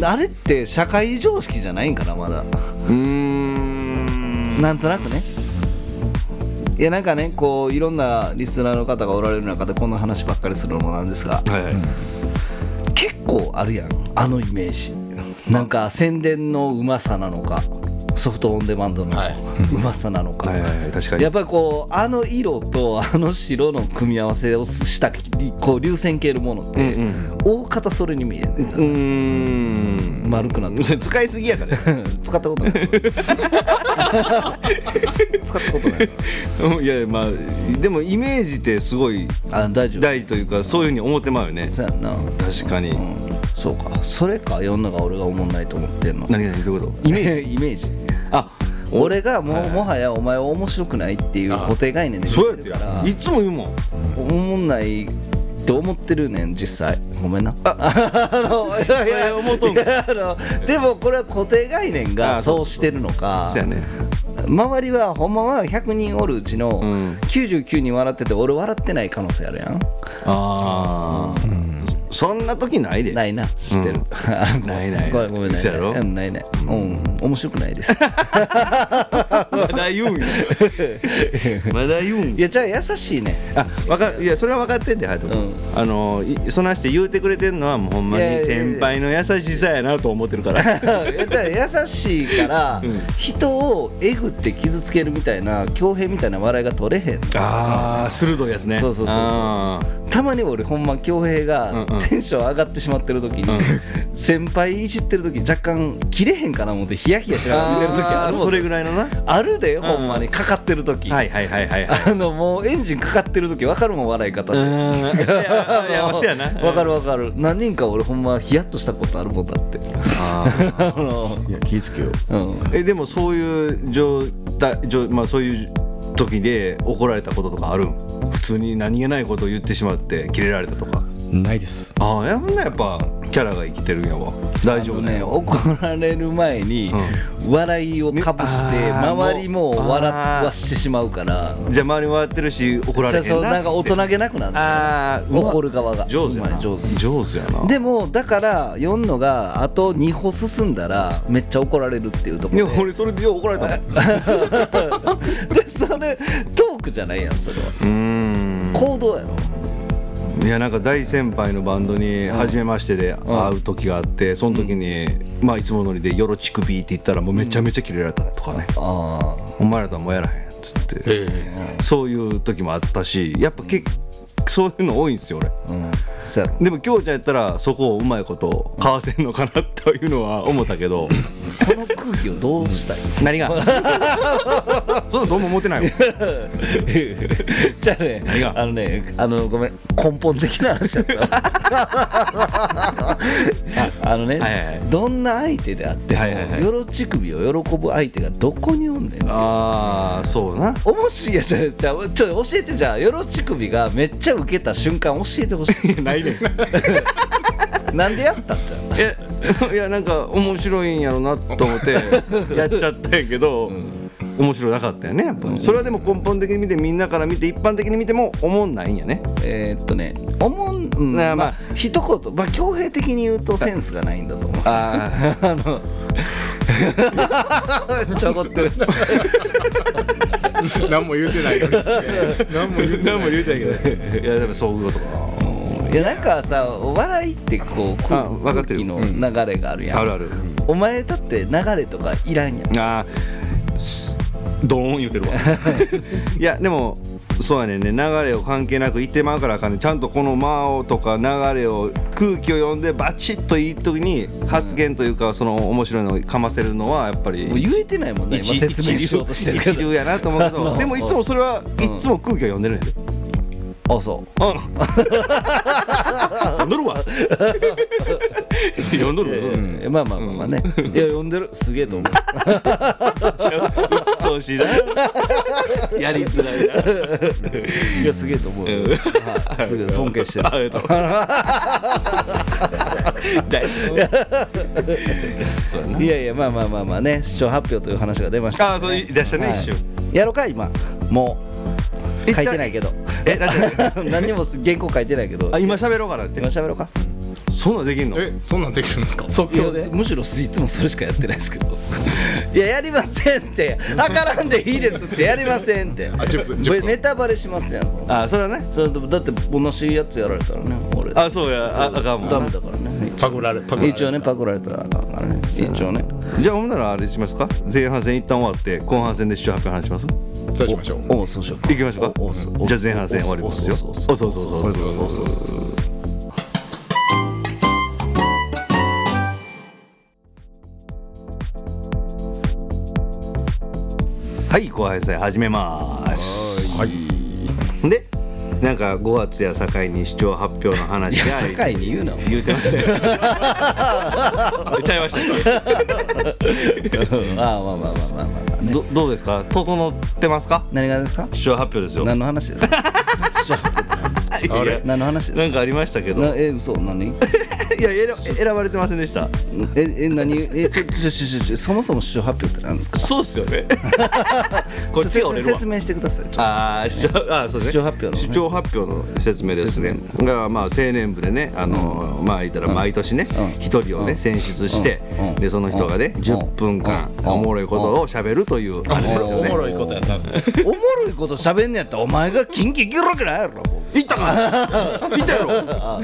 D: あれって社会常識じゃないんかなまだ
C: うーん
D: なんとなくねいやなんかねこういろんなリスナーの方がおられる中でこんな話ばっかりするのもなんですが
C: はいはい
D: 結構あるやんあのイメージなんか宣伝のうまさなのかソフトオンデマンドの
E: はいう
D: まさなのか、
C: はいはいはい確かに
D: やっぱりこうあの色とあの白の組み合わせをしたこう流線形のものって、大方それに見える、ねん
C: うーん
D: な、丸くなってる
C: 使いすぎやから (laughs)
D: 使ったことない使ったことない
C: うんいやいやまあでもイメージってすごい
D: あ大丈夫
C: 大事というかそういうふうに思ってまうよね
D: そうやんな、うん、
C: 確かに
D: そうかそれか世の中俺が思んないと思ってんの
C: 何々どういうこ
D: イメージ (laughs) イメージ
C: とあ
D: 俺がも,、もはやお前は面白くないっていう固定概念で見
C: そうやってて
D: るか
C: や
D: ら
C: いつも言うもん
D: おもんないって思ってるねん実際ごめんな (laughs) あのいやいや
C: 際思うとんか
D: いやあのでもこれは固定概念
C: あ
D: が
C: そう
D: そうしてるのか
C: そうやね
D: 周りはほんまは100人おるうちの
C: ん
D: 99人笑ってて俺笑ってない可能性あるやん
C: ああそんな時ないで
D: ないな知ってる、
C: ないない
D: (laughs) ごめんごめんない
C: そうやろ
D: うんないないうん面白くないです
C: (laughs) まだ言 (laughs) うんやまだ言うん
D: い
C: や
D: やじゃあ優しいね
C: (laughs) あわかいやそれは分かってんだよ隼人君あのいそんなして言うてくれてんのはもうほんま
D: いやい
C: に
D: やいや
C: 先輩の優しさやなと思ってるから
D: うんだから優しいから、人をえぐって傷つけるみたいな強兵みたいな笑いが取れへん
C: (laughs) ああ鋭いやつね
D: そうそうそうそう
C: あー
D: たまに俺ほんま強兵が
C: うんうん
D: テンション上がってしまってる時に、先輩いじってる時若干切れへんかな思ってヒヤヒヤしながら見てる時あ
C: あー
D: るもん
C: それぐらいのな
D: あるでほんまにかかってる時、
C: (laughs) はいはいはいはい (laughs) はい
D: あのもうエンジンかかってる時分かるもん笑い方って
C: うーんいやいやせやな
D: 分かる分かる何人か俺ほんまヒヤッとしたことあるもんだってあの
F: いや気ぃつけよ
D: うん
C: (laughs) えでもそういう状態状まあそういう時で怒られたこととかあるん普通に何気ないことを言ってしまってキレられたとか
F: ないです
C: ああやんなやっぱキャラが生きてるんやわ大丈夫
D: あの
C: なん
D: ね
C: やわ
D: 怒られる前に笑いをかぶして
C: ねあー
D: 周りも笑
C: あー
D: わしてしまうから
C: じゃあ周りも笑ってるし怒ら
D: じ
C: れへ
D: ゃあ
C: ん
D: そう
C: な
D: なんか大人げなくなる
C: あーうま
D: 怒る側が
C: 上手
D: う
C: や
D: ま
C: ない
D: 上手
C: 上手やな
D: でもだから読んのがあと2歩進んだらめっちゃ怒られるっていうとこ
C: いや
D: ろ
C: 俺それでよう怒られたもん
D: ででそれトークじゃないやんそれは
C: うーん
D: 行動やろ
C: いやなんか大先輩のバンドに初めましてで会う時があってその時に、まあいつものりで「よろちくび」って言ったらもうめちゃめちゃキレられたとかね「
D: あ
C: お前らとはもうやらへん」っつって、そういう時もあったしやっぱけ、そういうの多いんですよ俺
D: あうんそうやろ
C: でも京ちゃんやったらそこをうまいことかわせんのかなというのは思ったけど
D: この空気をどうしたい
C: 何 (laughs) がそんなどうも思ってないよ
D: じゃあね
C: 何が
D: あのねあのごめん根本的な話だった
C: (laughs)
D: あのね、
C: はいはいはい
D: どんな相手であっても、
C: はいはいはい
D: よろち首を喜ぶ相手がどこにおんねん
C: (laughs) ああそうな
D: おもしいやじゃあじゃあちょ教えてじゃあよろち首がめっちゃウケた瞬間教えてほし
C: (laughs)
D: い
C: ないねん
D: (laughs) なんでやったんじゃん
C: い (laughs) やいやなんか面白いんやろなと思 (laughs) ってやっちゃったんやけど、面白なかったよねやっぱ、それはでも根本的に見てみんなから見て一般的に見ても思んないんやね
D: えーっとねおもん、うん
C: なあ
D: ま
C: まあ
D: あ一言まあ強兵的に言うとセンスがないんだと思う
C: あ
D: めっちゃ怒ってる
E: 何も言うてないのに何も言うてない
C: 言うたけど (laughs) ねいやでもそういうことか
D: いやなんかさお笑いってこう
C: あ
D: 空
C: わか
D: 空
C: ってる
D: 気の流れがあるやん
C: なあるある
D: お前だって流れとかいらんやん
C: あーすドーン言うて
D: (laughs)
C: るわいやでもそうやねんね流れを関係なく言ってまうからあかんねんちゃんとこの間をとか流れを空気を読んでバチッといい時に発言というかその面白いのをかませるのはやっぱり
D: もう言えてないもんね今
C: 一
D: 説明しようとしてるけ
C: 一流
D: ど
C: やなと思うけ
D: (laughs) あの
C: どでもいつもそれはいつも空気を読んでるんやで
D: あそう
C: 読んどる
D: (laughs)
C: わ読んどる読んどる
D: えまあまあまあまあね、いや呼んでるすげえと思う
C: 鬱陶しいなやりづらいない
D: やすげえと思うよ、はいすげえ尊敬して
C: (laughs)
D: る
C: ありがとう (laughs) 大丈夫
D: いやいやまあまあまあまあね視聴発表という話が出ました
C: ああそうい出したね、一瞬
D: やろうか今もう書いてないけど
C: えだって
D: (laughs) 何にも原稿書いてないけど
C: あ今喋ろうかなって
D: 今喋ろうか
C: そんなんできんの
E: えそんなんできるんですか
D: 即興でむしろスイーツもそれしかやってないですけど (laughs) いややりませんってあからんでいいですってやりませんって
E: あ10分
D: これ
E: 10分
D: ネタバレしますやんそんな
C: あそれはね
D: それでもだって同じやつやられたらね俺
C: あそうやああかんもん
D: ダメだからね
E: パクられパクられ
D: 一応ねパクられたらあかんからね一応ね
C: じゃあほんならあれしますか前半戦一旦終わって後半戦で視聴発表の話します
E: そうしましょう
D: おおそうしようか
C: いきましょうか
D: おおそう
C: じゃあ前半戦終わりますよ
D: おそうそうそうそう
C: おそうそうそうはい後半戦始めますはいでなんか5月や境に視聴発表の話が
D: いや境に言うな
C: 言うてましたよ言っちゃいましたっけ
D: うんああまあまあまあまあまあまあね
C: どどうですか整ってますか
D: 何がですか
C: 視聴発表ですよ
D: 何の話です (laughs) か
E: あれ
D: 何の話
C: な
D: で
C: ん
D: す
C: かありましたけ
D: か
C: ど
D: なえ嘘何 (laughs)
C: いや選選ばれてませんでした
D: ええ何えちょちょちょちょそもそも主張発表って何ですか
C: そうっすよ
D: (laughs)
C: ねこっちが折れるわ
D: 説明してくださいちょっと
C: あー主張あそうですね
D: 主張発表のね
C: 主張発表の説明ですねだからまあ青年部でねあの、まあ言ったら毎年ね
D: うん
C: 一、人をね、
D: うん
C: 選出して、
D: うん
C: でその人がね、
D: うん
C: 10分間、
D: うん
C: おもろいことをしゃべるというあれですよ
E: お
C: ね
E: もろいことやったんですね
D: おもろいこと喋んねやったらお前がキンキギロギロやろも
C: いったかいったやろ
D: う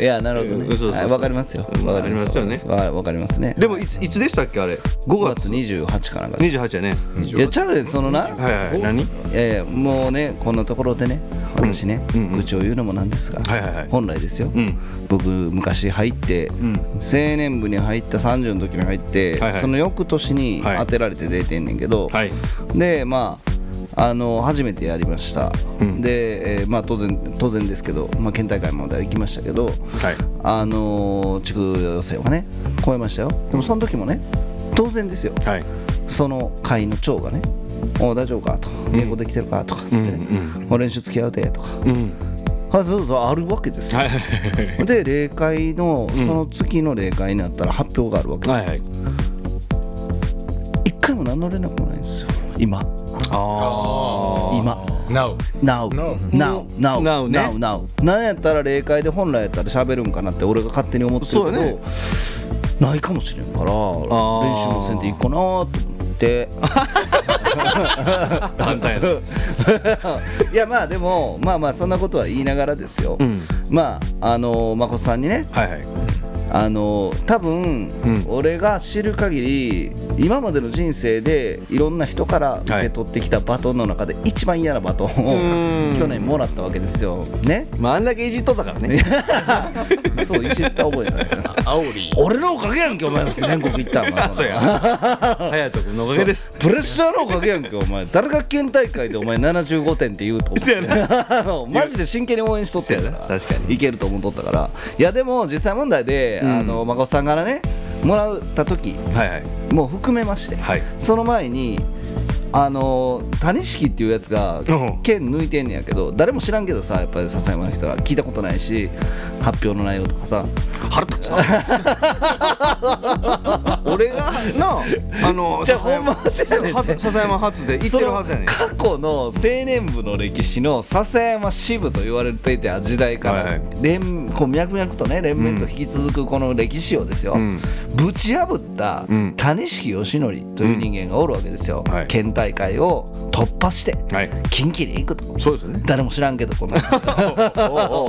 D: いやなるほど
C: うんそうそう
D: ね
C: そう
D: はいわかりますよわかります
C: わかりますよ
D: はいわかりますね
C: でもいついつでしたっけあれ5
D: 5
C: 月
D: 月28かなんかで
C: 28やね、
D: いやちゃうねんそのな
C: はいはいはい何
D: えー、もうねこんなところでね私ね、
C: うんうんうん
D: 愚痴を言うのもなんですが、
C: はいはいはい
D: 本来ですよ、
C: うん
D: 僕昔入って、
C: ん
D: 青年部に入った30の時に入って、
C: はいはい
D: その翌年に
C: はい
D: 当てられて出てんねんけど、
C: はい
D: でまああの初めてやりました、で、えーまあ、当然当然ですけど、まあ、県大会までは行きましたけど、
C: はい
D: あのー地区予選はね超えましたよでもその時もね当然ですよ、
C: はい
D: その会の長がね「おう大丈夫か?」と「英語できてるか?」とかって言って、ねお練習付き合うで」とか、あそうそうあるわけですよ、
C: はい
D: で例会のその月の例会になったら発表があるわけ、
C: はいはい
D: 一回も何の連絡もないんですよ今
C: あ
D: 今
E: Now
D: Now
E: No
D: Now Now
C: Now ね
D: Now Now なんやったら例会で本来やったら喋るんかなって俺が勝手に思ってるけ
C: そうや
D: ど
C: ね
D: ないかもしれんから練習もせんでいいかなと思って
C: 簡単やな
D: いやまあでもまあまあそんなことは言いながらですよ、まああのまこさんにね
C: はいはい
D: あの多分、
C: ん
D: 俺が知る限り今までの人生でいろんな人から受け取ってきたバトンの中で一番嫌なバトンを去年もらったわけですよね
F: まああんだけいじっとったからね
D: (laughs) そういじった覚えないな
E: あおり
D: (laughs) 俺のおかげやんけお前全国行ったん
F: (laughs)
C: あそう (laughs) や隼人君のおかげです
D: プレッシャーのおかげやんけお前誰が県大会でお前75点って言うと思う
C: そうや
D: あのマジで真剣に応援しとったから
C: そうやな確かに
D: いけると思っとったからいやでも実際問題で、あの孫さんからねもらった時
C: はいはい
D: もう含めまして、
C: はい
D: その前にあの谷敷っていうやつが
C: うん
D: 剣抜いてんねやけど誰も知らんけどさやっぱり笹山の人は聞いたことないし発表の内容とかさ
C: 腹立 (laughs) つな俺がなあの
D: じゃあほんま
C: 笹山
D: はずやねんて
C: 笹山初で言ってるはずやねん
D: その過去の青年部の歴史の笹山支部と言われていた時代か
C: はい
D: ら
C: は
D: 連こう脈々とね連綿と引き続くこの歴史をですよ、
C: うん
D: ぶち破った
C: うん
D: 谷敷義則という人間がおるわけですよ、
C: はい
D: 県大会を突破して
C: はい
D: 近畿に行くと。
C: そうですよね
D: 誰も知らんけ
C: (laughs)
D: どこの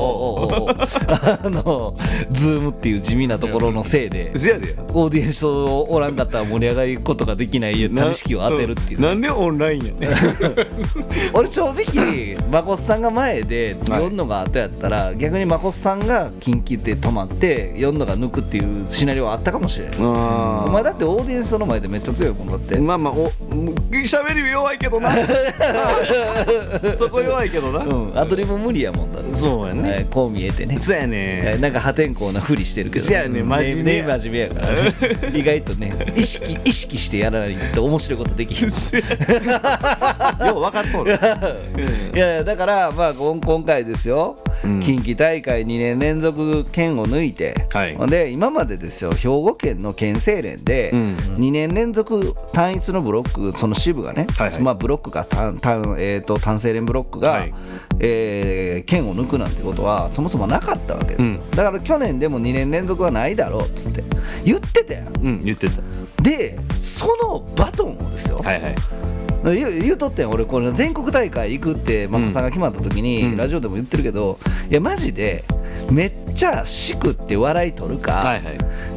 D: あのズームっていう地味なところのせいで
C: せやで
D: オーディエンスをおらんかったら盛り上がることができない
C: な
D: 谷敷を当てるっていう、
C: んなんでオンラインや (laughs) ねん
D: 俺
C: (laughs)
D: 正直誠さんが前で読んのが後やったら、逆に誠さんが近畿で止まって読んのが抜くっていうシナリオはあったかもしれない、ん、
C: あ
D: お前だってオーディエンスの前でめっちゃ強いもんだって、
C: ーまあまあお喋り弱いけ (laughs) どなそこ弱いけどな
D: うん、アドリブ無理やもんだって
C: そうやね
D: えーこう見えてね
C: そうや
D: えー
C: ね
D: なんか破天荒なふりしてるけど、
C: せやね真面目や
D: ね真面目やから
C: (laughs)
D: ね意外とね意識意識してやらないと面白いことでき
C: よ
D: る
C: う分かっとる
D: いやいやだからまあこん今回ですよ、近畿大会2年連続県を抜いて、
C: はい
D: ほんで今までですよ兵庫県の県政連で
C: うん
D: 2年連続単一のブロックその支部がね、
C: はいはい
D: まあ、ブロックが単単,、えー、と単政連ブロックが、
C: はい
D: えー県を抜くなんてことはそもそもなかったわけですよ、
C: うん
D: だから去年でも2年連続はないだろうっつって言ってたやん
C: うん言ってた
D: でそのバトンをですよ、
C: はいはい
D: 言う言うとってん俺これ全国大会行くってマコさんが決まった時に、
C: うん
D: ラジオでも言ってるけどいやマジでめっちゃしくって笑い取るか、
C: はいはい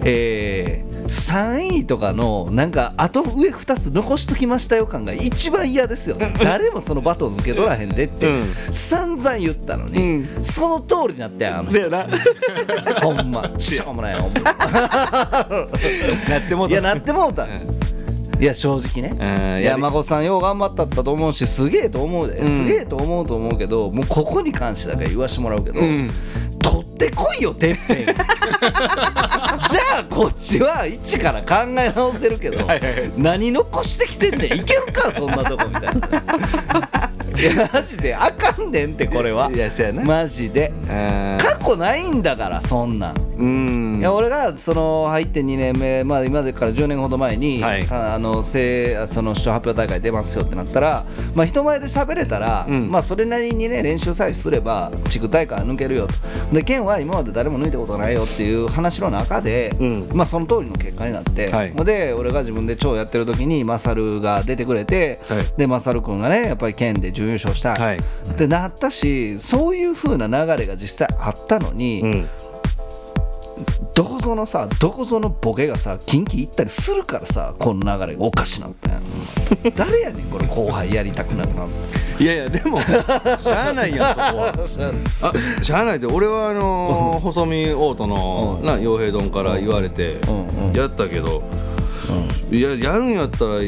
D: えー3位とかのなんかあと上2つ残しときましたよ感が一番嫌ですよね誰もそのバトン受け取らへんでって、
C: うん
D: 散々言ったのに、その通りになったやんあの
C: せや (laughs) な
D: ほんましょうもないほんま
C: なってもう
D: いや
C: た
D: なってもうた、いや正直
C: う
D: ね、
C: ん
D: い
C: や
D: や
C: り
D: 孫さんよう頑張ったったと思うしすげえと思うで、すげえと思うと思うけどもうここに関してだけ言わしてもらうけど、
C: ん
D: 取ってこいよてっ
C: (laughs)
D: ぺんじゃあこっちは一から考え直せるけど何残してきてんねんいけるかそんなとこ
C: (laughs)
D: みたいないやマジであかんねんってこれはい
C: やせやな
D: マジで
C: あー
D: 過去ないんだからそんなん
C: うん
D: いや俺がその入って2年目、まあ、今でから10年ほど前に、
C: はい
D: ああのせいその視聴発表大会出ますよってなったら、まあ、人前で喋れたら、
C: ん
D: まあ、それなりに、ね、練習さえすれば地区大会は抜けるよとで県は今まで誰も抜いたことないよっていう話の中で、
C: うん
D: まあ、その通りの結果になって、
C: はい
D: で俺が自分で超やってる時にマサルが出てくれて、
C: はい
D: でマサル君がねやっぱり県で準優勝した、
C: はい
D: ってなったしそういう風な流れが実際あったのに。
C: うん
D: どこぞのさどこぞのボケがさ近畿行ったりするからさこの流れがおかし
C: (laughs)
D: なったやん誰やねんこれ後輩やりたくなるない
C: やいやでもしゃあないやんそこはあしゃあないで俺はあのー細身オートの
D: うん
C: な傭兵丼から言われて
D: んうん
C: やったけどいややるんやったらもう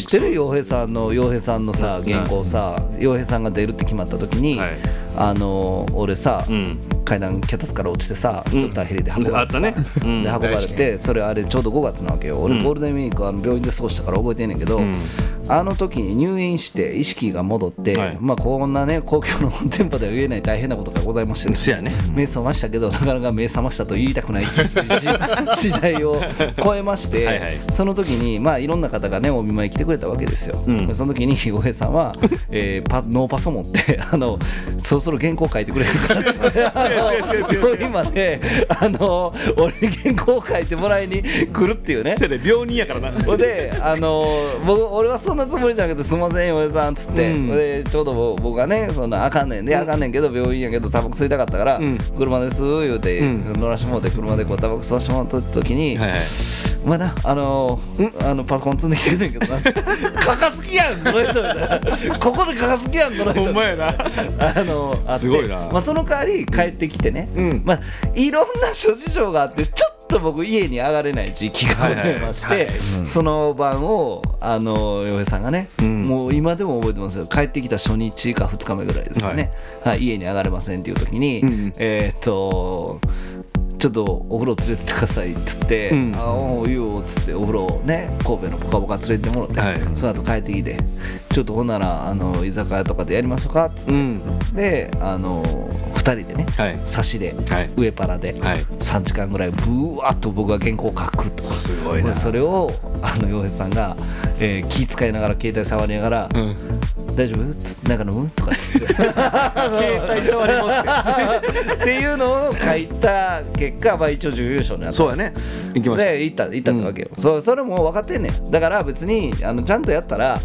D: 知ってる洋平さんの洋平さんのさ
C: な
D: 原稿さ洋平さんが出るって決まった時に、
C: はい
D: あのー俺さ、
C: ん
D: 階段脚立から落ちてさ、ドクターヘリで運ばれてさ
C: あったねうん
D: で運ばれてそれあれちょうど5月なわけよ俺ゴールデンウィークあの病院で過ごしたから覚えてんねんけど、あの時に入院して意識が戻って、
C: はい
D: まあ、こんなね公共の電波では言えない大変なことがございましてね
C: そやね
D: 目覚ましたけどなかなか目覚ましたと言いたくないっていう
C: (laughs)
D: 時時代を超えまして
C: はいはい
D: その時に、まあ、いろんな方がねお見舞い来てくれたわけですよ、
C: ん
D: その時に大平さん
C: (laughs)
D: は、えーパノーパソ持って (laughs) あのそろそろ原稿書いてくれるか
C: (laughs)
D: らっつってあの (laughs) 病院まであの俺に原稿書いてもらいに (laughs) 来るっていうね
C: そやね病人やからな
D: ほんで、あのー僕俺はそんなつもりじゃなくてすんませんよおやじさんっつって、
C: うん
D: ほんでちょうど僕僕がねそんなあかんねんで、あかんねんけど病院やけどタバコ吸いたかったから、
C: ん
D: 車ですー言うて、
C: うん
D: 乗らしてもうて車でこうタバコ吸わしてもらった時に、
C: はいはい
D: お前なあのーあのパソコン積んできてんねんけどな (laughs) 書かすきやんこの人みたいなここで書かすきやんこの人
C: ほんまやな
D: あのあって
C: すごいな
D: まあ、その代わり帰ってきてね、
C: ん
D: まあ、いろんな諸事情があってちょっと僕家に上がれない時期がございまして、
C: はいはい
D: その晩をあの洋平さんがね、もう今でも覚えてますよ帰ってきた初日か2日目ぐらいですよね、はい家に上がれませんっていう時に、えーっとちょっとお風呂連れてってくださいっつって「
C: ん
D: あおういいよ」っつってお風呂をね神戸のぽかぽか連れてってもらって、
C: はい
D: その後帰ってきて「ちょっとほんならあの居酒屋とかでやりましょうか」っつって
C: うん
D: であの2人でね、
C: はい
D: 差しで、
C: はい
D: 上パラで、
C: はい
D: 3時間ぐらいぶわっと僕が原稿を書くと
C: すごいな
D: でそれをあの洋平さんが、えー気遣いながら携帯触りながら「大丈夫?」っつって「なんか飲む?」とかっ
C: (laughs)
D: つって
C: 携帯触り持って
D: っていうのを書いた結果、まあ、一応準優勝になった
C: そうやね行きました
D: で行った行ったってわけよ、そうそれも分かってんねんだから別にあのちゃんとやったら、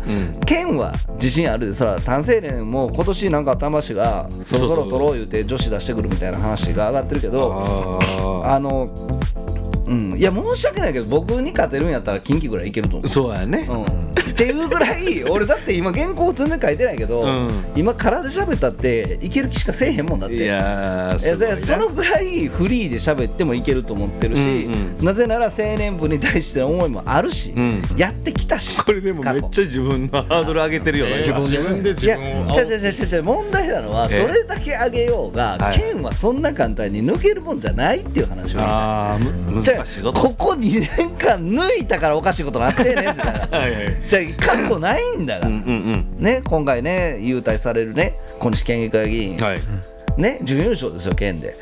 D: 県は自信あるでそら単成年も今年なんか頭氏がそろそろ取ろう言うて女子出してくるみたいな話が上がってるけど
C: あ
D: あのうんいや申し訳ないけど僕に勝てるんやったら近畿ぐらいいけると思う
C: ーそうやね
D: うんっていうぐらい俺だって今原稿全然書いてないけど、
C: うん
D: 今空で喋ったっていける気しかせえへんもんだって
C: いやー
D: いや
C: す
D: そ
C: ごい
D: れ
C: な
D: そのぐらいフリーで喋ってもいけると思ってるし、
C: うん
D: なぜなら青年部に対しての思いもあるし、
C: ん
D: やってきたし
C: これでもめっちゃ自分のハードル上げてるよね
E: 自分で
D: い
E: 自
D: や
E: 分を
D: 違う違う違う違う問題なのはど
C: え
D: れだけ上げようが
C: はい
D: 県はそんな簡単に抜けるもんじゃないっていう話を今
C: あーむ
D: じゃ
C: 難しいぞ
D: あここ2年間抜いたからおかしいことなってんねんってだから
C: はいはい
D: じゃあ過去ないんだから、
C: うんうん
D: ね今回ね優待されるね小西県議会議員、
C: うんはい
D: ね、準優勝ですよ、県で。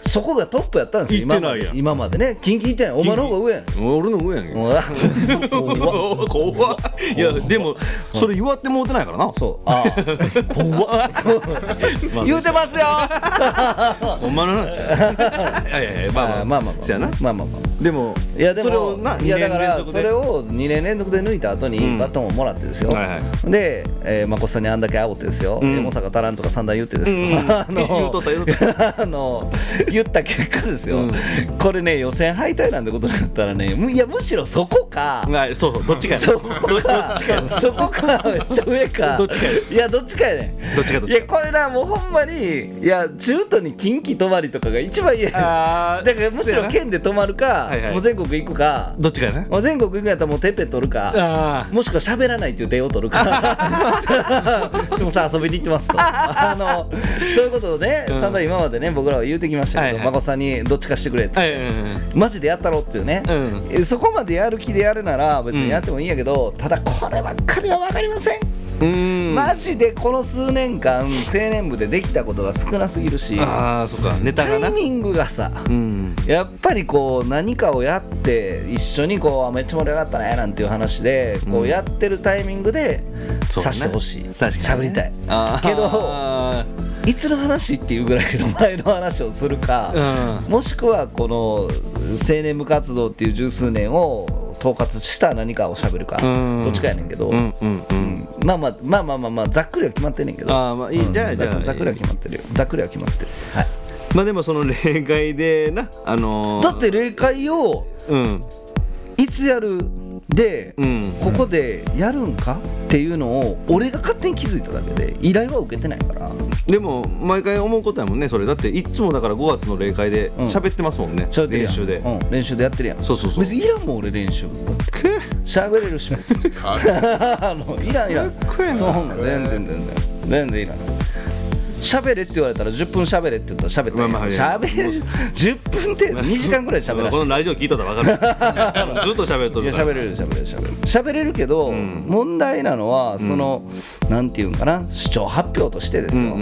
D: そこがトップやったんですよ、
C: 行っ
D: 今
C: てな
D: ま
C: いや
D: で
C: ん
D: 今までね、近畿行ってない、お前の方が上やね
C: 俺の上やんけ
D: ん。もうあ怖っ
C: 怖っいやでもそれ弱ってもうてないからな
D: そう、ああ、
C: (laughs)
D: 怖っ言うてますよ
C: ほんまの話いやいやいや (laughs) ま
D: ま
C: あま
D: あ (laughs) ま
C: あ
D: あまあま
C: そや
D: あ、ま
C: な
D: あまあまあ。
C: でも
D: いやでも
C: それをない
D: やだか
C: 二年連
D: ら
C: 続
D: そ
C: で
D: れを2年連続で抜いた後
C: うん
D: にバトンをもらってですよ、
C: はいは
D: で、えー、まこさんにあんだけ煽ってですよ、
C: ん
D: えー大阪足らんとか散々言ってですよ、
C: うん
D: (laughs) あの
C: 言うとった言うとっ
D: (laughs) あの言った結果ですよ、これね予選敗退なんてことになったらねむいやむしろそこか、
C: はいそうそうどっちかやな
D: そこか、そこか、めっちゃ上か。
C: どっちかや
D: いや、どっちかやねん。
C: どっちかどっちか
D: いや、これな、もうほんまに、いや、中途に近畿泊まりとかが一番嫌や
C: あ
D: ねん。
C: ー
D: だから、むし
C: そうや
D: ろ
C: な
D: 県で泊まるか
C: はいはい、
D: もう全国行くか、
C: どっちかやな
D: もう全国行くんやったらもうてっぺん取るか、
C: あ
D: もしくは喋らないっていう手を取る
C: (laughs)
D: か、すみません、遊びに行ってますと。あの、そういうことをね、散々今までね、僕らは言うてきましたけ
C: はい
D: ど、
C: はい
D: まこさんにどっちかしてくれっつっ
C: あ
D: て
C: はいはいはいはい
D: マジでやったろっていうね、
C: うん
D: えそこまでやる気でやるなら別にやってもいいんやけど、ただこればっかりは分かりません、
C: うーん
D: マジでこの数年間青年部でできたことが少なすぎるし
C: ああそっかネタ
D: タ
C: がな
D: イミングがさ
C: うん
D: やっぱりこう何かをやって一緒にこうあめっちゃ盛り上がったねなんていう話でこうやってるタイミングで
C: そうだね
D: さしてほしい
C: 確
D: 喋、
C: かにね
D: りたい
C: あー
D: けどいつの話っていうぐらいの前の話をするか、
C: うん
D: もしくはこの青年部活動っていう十数年を統括した何かをしゃべるか、
C: うん
D: どっちかやねんけど、
C: うんうんう
D: うんんまあまあまあまあまあ、まあ、ざっくりは決まってんねんけど
C: あーまあいいじゃあ
D: うん
C: じゃあ
D: ざっくりは決まってるよざっくりは決まってる、はい、
C: まあでもその例外でなあのー
D: だって例会を
C: うん
D: いつやるで、
C: うん
D: ここでやるんかっていうのを俺が勝手に気づいただけで依頼は受けてないから
C: でも毎回思うことやもんねそれだっていっつもだから5月の例会で
D: うん
C: 喋ってますもんね、
D: 喋っ
C: 練
D: てるやん
C: 習で、
D: うん、練習でやってるやん
C: そうそうそう
D: 別にいらんもん俺練習しゃべれるし別に (laughs) あのいらんいらん
C: かっこええな
D: そうほんま全然全然全然いらん喋れって言われたら10分喋れって言ったら喋ったらいい
C: まあまあ
D: 喋れる10分程度2時間ぐらい喋
C: (laughs)
D: ら
C: こ
D: せ
C: の
D: て
C: ラジオ聞いとったら分かる
D: (laughs)
C: ずっと喋っと
D: い
C: る
D: や
C: から
D: 喋れる喋れる喋れる喋れるけど、問題なのはその、なんていうんかな主張発表としてですよ、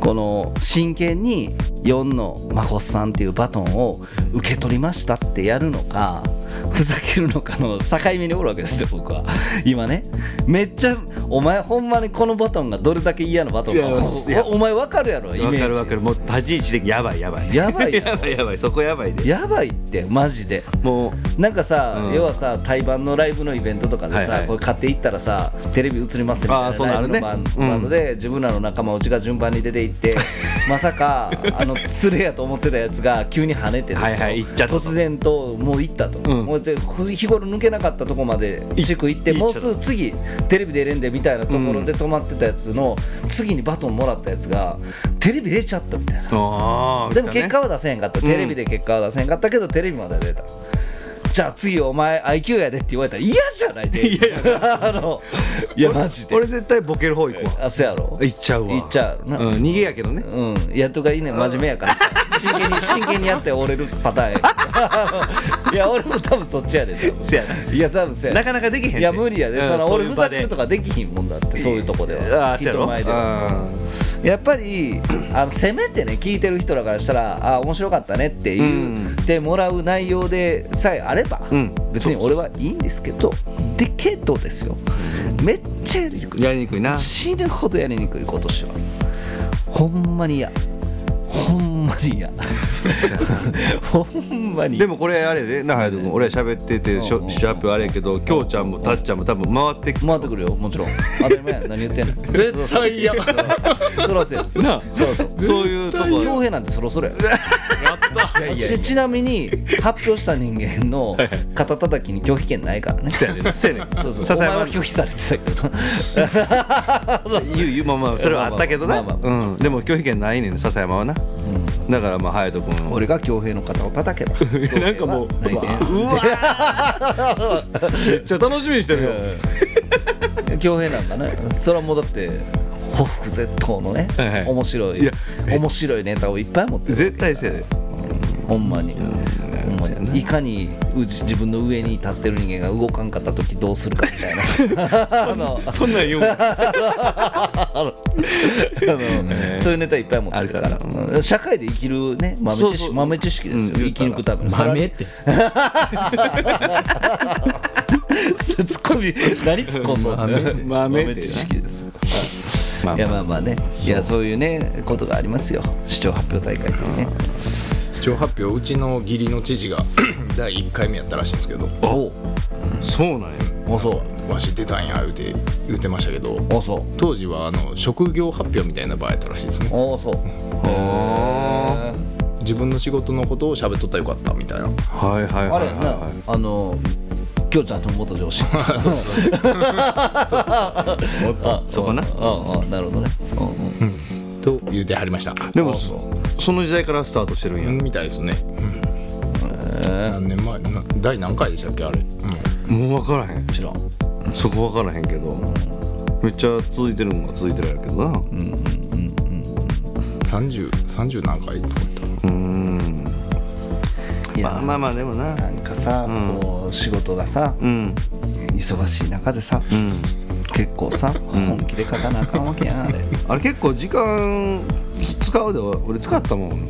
D: この真剣に4の真帆さんっていうバトンを受け取りましたってやるのかふざけるのかの境目におるわけですよ僕は今ねめっちゃお前ほんまにこのバトンがどれだけ嫌なバトンか
C: いやいや
D: おお前わかるやろイメー
C: 分
D: ジ
C: かる分かるもう立ち位置的にやばいやばい
D: やばいやろ
C: やばいやばいそこやばいで
D: やばいってマジで
C: もう
D: なんかさ、
C: うん
D: 要はさ対バンのライブのイベントとかでさ、
C: はいはい
D: これ買っていったらさテレビ映りますみた
C: あー
D: い
C: そうな
D: なラ
C: る
D: イブ
C: ね
D: のバン,、
C: うん
D: ドで自分らの仲間うちが順番に出ていって
C: (laughs)
D: まさかあの連れやと思ってたやつが急に跳ねてですよ
C: はいはい行っちゃったと
D: 突然ともう行ったと、
C: うん
D: もうぜ日頃抜けなかったとこまで
C: い
D: 地区行って
C: 行
D: も
C: っ
D: う
C: ちゃ
D: す
C: った
D: ぐ次テレビ出れんでみたいなところで止まってたやつの、次にバトンもらったやつがテレビ出ちゃったみたいな。
C: あー
D: でも結果は出せへんかった、テレビで結果は出せへんかったけどテレビまで出たじゃあ次お前 IQ やでって言われたら嫌じゃな
C: (laughs)
D: いでいやいやあのいやマジで
C: 俺絶対ボケる方行くわ
D: あそうやろ
C: 行っちゃうわ
D: 行っちゃうやろな
C: うん逃げやけどね
D: うん、いやっとかいいね真面目やからさ真
C: (laughs)
D: 剣に真剣にやって折れるパターンやあのいや俺も多分そっちやで多分
C: せやない
D: や多分そうや
C: なかなかできへんで
D: いや無理やで、
C: うん
D: その
C: そう
D: 俺
C: いう
D: ふ
C: 場
D: ざ
C: で
D: けるとかできひんもんだってそういうとこで
C: あ
D: は
C: あそうやろ
D: 人前では
C: うん
D: やっぱりあのせめてね聞いてる人らからしたらあ面白かったねって言ってもらう内容でさえあれば、
C: うん
D: 別に俺はいいんですけどでけどですよめっちゃやりにくい
C: やりにくいな
D: 死ぬほどやりにくい今年はほんまに嫌ほんま
C: (laughs)
D: に嫌ほんまに
C: でもこれあれで中谷君俺は喋っててし
D: うんう
C: ょ
D: ん
C: シャープあれやけどきょうちゃんもたっちゃんも多分回ってく
D: 回ってくるよもちろん当たり前や何言ってんの絶対嫌そらせや
C: なあ
D: そうそう
C: そういうとこ
D: 恭平なんてそろそろや
E: いやいや
D: ちちなみに発表した人間の肩たたきに拒否権ないからね
C: せやねんなせやねん
D: そうそうお
C: ささ
D: 前
C: やま
D: は
C: に
D: 拒否されてたけど
C: 言う言うまあまあそれはあったけどな
D: まあまあ
C: うんでも拒否権ないねん笹山はなだからまあ隼人君
D: 俺が恭平の肩を叩けば
C: なんかもう
D: ないね
C: うわーめっちゃ楽しみにしてるよ
D: 恭平なんかねそれはもうだってほふ絶倒のね、
C: はいはい
D: 面白い
C: いや
D: 面白いネタをいっぱい持ってる
C: 絶対せやで
D: ほんまにほんまにいかにうじ自分の上に立ってる人間が動かんかった時どうするか
C: (laughs)
D: みたいな (laughs) あの
C: そんなん言うん
D: あの
C: (laughs)
D: そういうネタいっぱい持ってるから
C: あるから
D: うん社会で生きるね豆知識
C: そうそう
D: 豆知識ですよ、
C: うん言
D: 生
C: っ
D: き
C: たら
D: 抜くための (laughs)
F: 豆って
D: ツッコミ何ツッコんの
C: 豆豆ってな
D: 豆知識です
C: まあ
D: いやまあまあねいやそういうねことがありますよ市長発表大会というね
E: 市長発表うちの義理の知事が (coughs) 第1回目やったらしいんですけど
D: (laughs)
C: そうなんや
D: あそ
E: わし出たんや言うて言うてましたけど
D: うあそう
E: 当時はあの職業発表みたいな場合やったらしいですね
D: あそうへー
E: 自分の仕事のことを喋っとったらよかったみたいな
C: はいはい
D: あ
C: はいはいは
D: れやんないあのきょうちゃんの元上司そう
C: そこな
D: ああなるほどねうんうん
E: と言うてはりました
C: でもそその時代からスタートしてるんや
E: みたいですね、何年前な第何回でしたっけあれ、うん
C: もう分からへん
D: 知らん
C: そこ分からへんけどめっちゃ続いてるんは続いてるやろうけどな
E: 30, 30何回とか言った
D: いや
C: まあまあまあでもな
D: なんかさ、こう仕事がさ、
C: うん
D: 忙しい中でさ、結構さ、本気で書かなあかんわけやんあれ
C: あれ結構時間つ使うで俺使ったもん、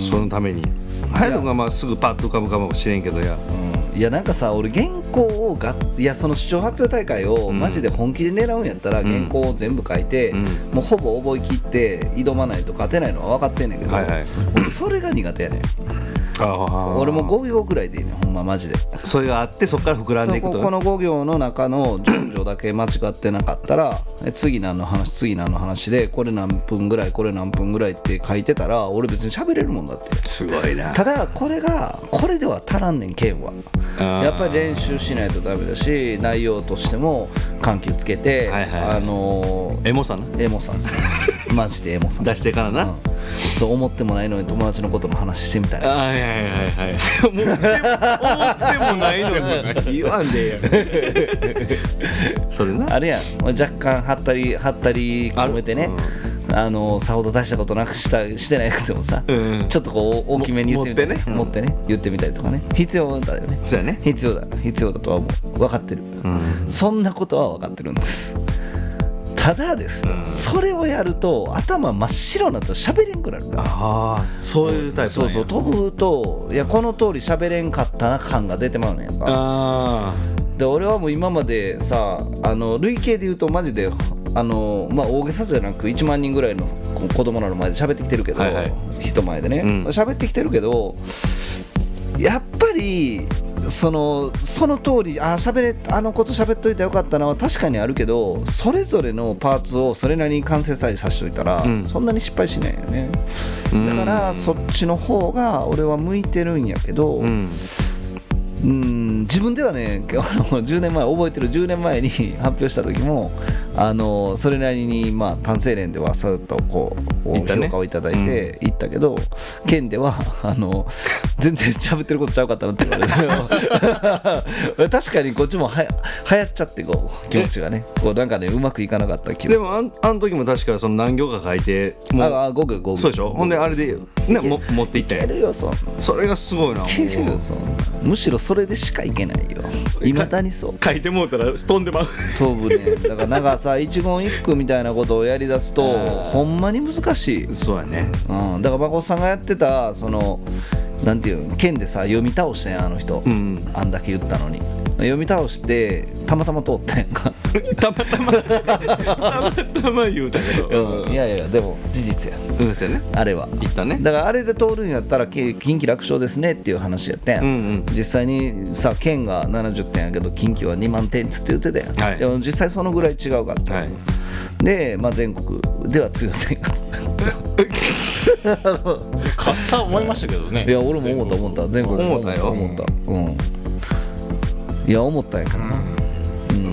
C: そのために隼人君はまあすぐパッと浮かぶかもしれんけどや
D: いやなんかさ俺原稿をがっいやその視聴発表大会をマジで本気で狙うんやったら原稿を全部書いて、
C: ん
D: もうほぼ覚えきって挑まないと勝てないのは分かってんねんけど、
C: はいはい
D: 俺それが苦手やねん俺も5行ぐらいでいいねんほんまマジで
C: それがあってそこから膨らんでいく
D: そ
C: と
D: ここの5行の中の順序だけ間違ってなかったらえ次何の話次何の話でこれ何分ぐらいこれ何分ぐらいって書いてたら俺別に喋れるもんだって
C: すごいな
D: ただこれがこれでは足らんねん剣はやっぱり練習しないとダメだし内容としても緩急つけて、
C: はいはい
D: あのー
C: エモさな (laughs)
D: エモさんマジでエモさん
C: 出してからな、
D: うんそう思ってもないのに友達のことの話してみたいな
C: はいはいはいはい (laughs) もう思ってもないの (laughs) に言わんでええやん (laughs) それな
D: あれやん若干はったりはったり込めてね、あのさほど大したことなくしたしてなくてもさ、
C: うん
D: ちょっとこう大きめに言ってみたり
C: も持ってね
D: 持ってね言ってみたりとかね必要だよね
C: そうやね
D: 必要だ必要だとは思う分かってる、そんなことは分かってるんですただですよ、それをやると頭真っ白になったら喋れんくなるから
C: ああそういうタイプ
D: そ
C: なん
D: う
C: や
D: そう飛ぶといやこの通り喋れんかったな感が出てまうねんやっぱ
C: あ
D: で俺はもう今までさあの累計で言うとマジであの、まあ、大げさじゃなく1万人ぐらいのこ子供らの前で喋ってきてるけど、
C: はいはい
D: 人前でね
C: うん
D: 喋、ってきてるけどやっぱりそのその通りあ喋れあのこと喋っといたらよかったなは確かにあるけどそれぞれのパーツをそれなりに完成さえさせといたら、
C: ん
D: そんなに失敗しないよねだからそっちの方が俺は向いてるんやけど、
C: あうん
D: うん自分ではねあの10年前覚えてる10年前に (laughs) 発表した時もあのそれなりに、まあ、単成連ではさっとこう
C: 行ったね
D: 評価をいただいて行ったけど、県ではあの全然 (laughs) 喋ってることちゃうかったなって言われて (laughs) 確かにこっちもはや流行っちゃってこう気持ちがねこうなんかねうまくいかなかった気
C: で
D: 分
C: もあんあの時も確かその何行か書いても
D: あ
C: う
D: あごくごく
C: そうでしょほんであれでねも持っていった
D: い
C: や
D: け
C: ん
D: るよそんない
C: それがすごいなもう
D: けるよそんなむしろそれでしかいけないよいまだにそう
C: 書いてもうたら飛んでまう
D: 飛ぶねだからなんかさ一言一句みたいなことをやりだすとほんまに難しい、うん、
C: そうやね
D: だから孫さんがやってたそのなんていうの剣でさ読み倒してんあの人、
C: ん
D: あんだけ言ったのに読み倒してたまたま通ったやんか、
C: たまたまたまたま言うたけど
D: うん、いやいやでも事実や
C: うんそうやね
D: あれは
C: 言ったね
D: だからあれで通るんやったらけ近畿楽勝ですねっていう話やってん、
C: うんうん
D: 実際にさ県が70点やけど近畿は2万点っつって言ってたやん、
C: はい
D: でも実際そのぐらい違うからって、
C: はい
D: で、まあ、全国では通用せんかった
E: 買った思いましたけど
D: (laughs)
E: ね
D: いや俺も思った思った全国
C: 思ったよ
D: 思った思ったうんいや思ったんやからな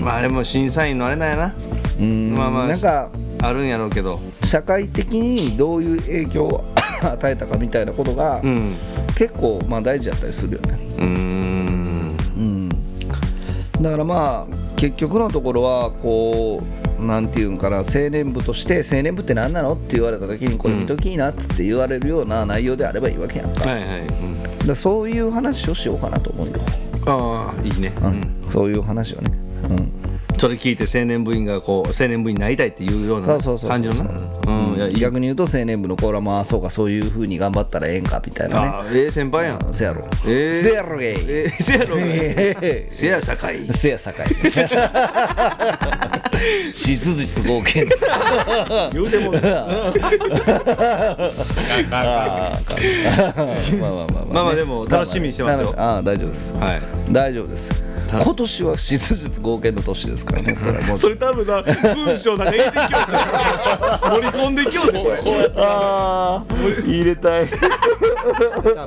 C: まあでも審査員のあれなんやな
D: うん
C: まあまあ
D: なんか
C: あるんやろうけど
D: 社会的にどういう影響を (coughs) 与えたかみたいなことが、
C: うん
D: 結構まあ大事やったりするよ
C: う
D: ね
C: ーん
D: うんだからまあ結局のところはこうなんていうんかな青年部として青年部って何なのって言われた時にこれ見ときいいなっつって言われるような内容であればいいわけやんか,、
C: はいはい、うん、
D: そういう話をしようかなと思うよ、
C: ああいいね、
D: う
C: うんん、
D: そういう話をね、うん、
C: それ聞いて青年部員がこう青年部員になりたいっていうような
D: そうそうそうそう
C: 感じのなうんいやいい
D: 逆に言うと青年部の子らまあそうかそういうふうに頑張ったらええんかみたいな
C: あ
D: ね
C: ーええ先輩やん
D: せやろ
C: えー
D: せやろゲイ
C: ええせやろ
D: え
C: せやさかい
D: ーせやさかいしずじす合計です
C: 言うても
D: あーまあまあまあ
C: (laughs) まあまあでも楽しみにしてますよ
D: 楽ああ大丈夫です
C: は
D: 大丈夫です今年はしずじ合計の年ですからねそれはもう
C: いそれ多分な文章なんか入れてきよう盛り込んできようこれ
D: あー入れたい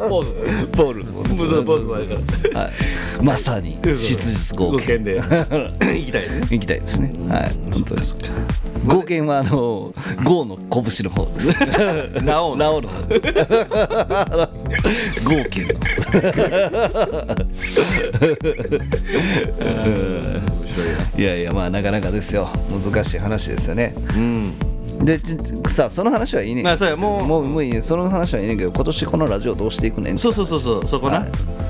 E: ポーズ
D: ポール
C: ポ
D: も
C: ーズポーズ
D: はいまさにしずじ合
C: ご
D: 計
C: 県で (laughs) 行きたいね
D: 行きたいですね。はい、本当です。合剣はあの豪の拳の方です。
C: (laughs) な
D: (laughs)
C: お
D: ラオの方です。豪剣の方。いやいやまあなかなかですよ。難しい話ですよね。
C: うん
D: でちさあその話はいいねんけど。
C: あそうやもう
D: もうもういいねその話はいいねんけど今年このラジオどうしていくねん。
C: そうそうそうそうそこな、
D: はい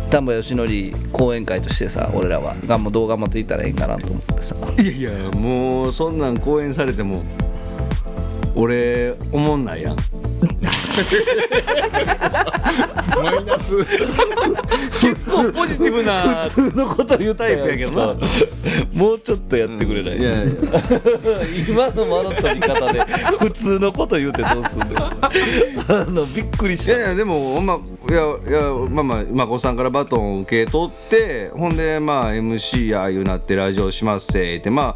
D: 丹波よしのり講演会としてさ俺らはがもう動画もといったらええんかなと思ってさ。
C: い、やいやもうそんなん講演されても俺思ん
D: (laughs)
C: ないやん
E: マイナス
C: 結構ポジティブな
D: 普通のこと言う
C: タイプやけどな
D: もうちょっとやってくれない、
C: いやいや
D: 今の間の取り方で普通のこと言うてどうすんのあのびっくりし
C: い
D: た
C: やいやでもほんまいやいやまあまあまこさんからバトンを受け取ってほんでまあ MC やいうなってラジオしますせってまあ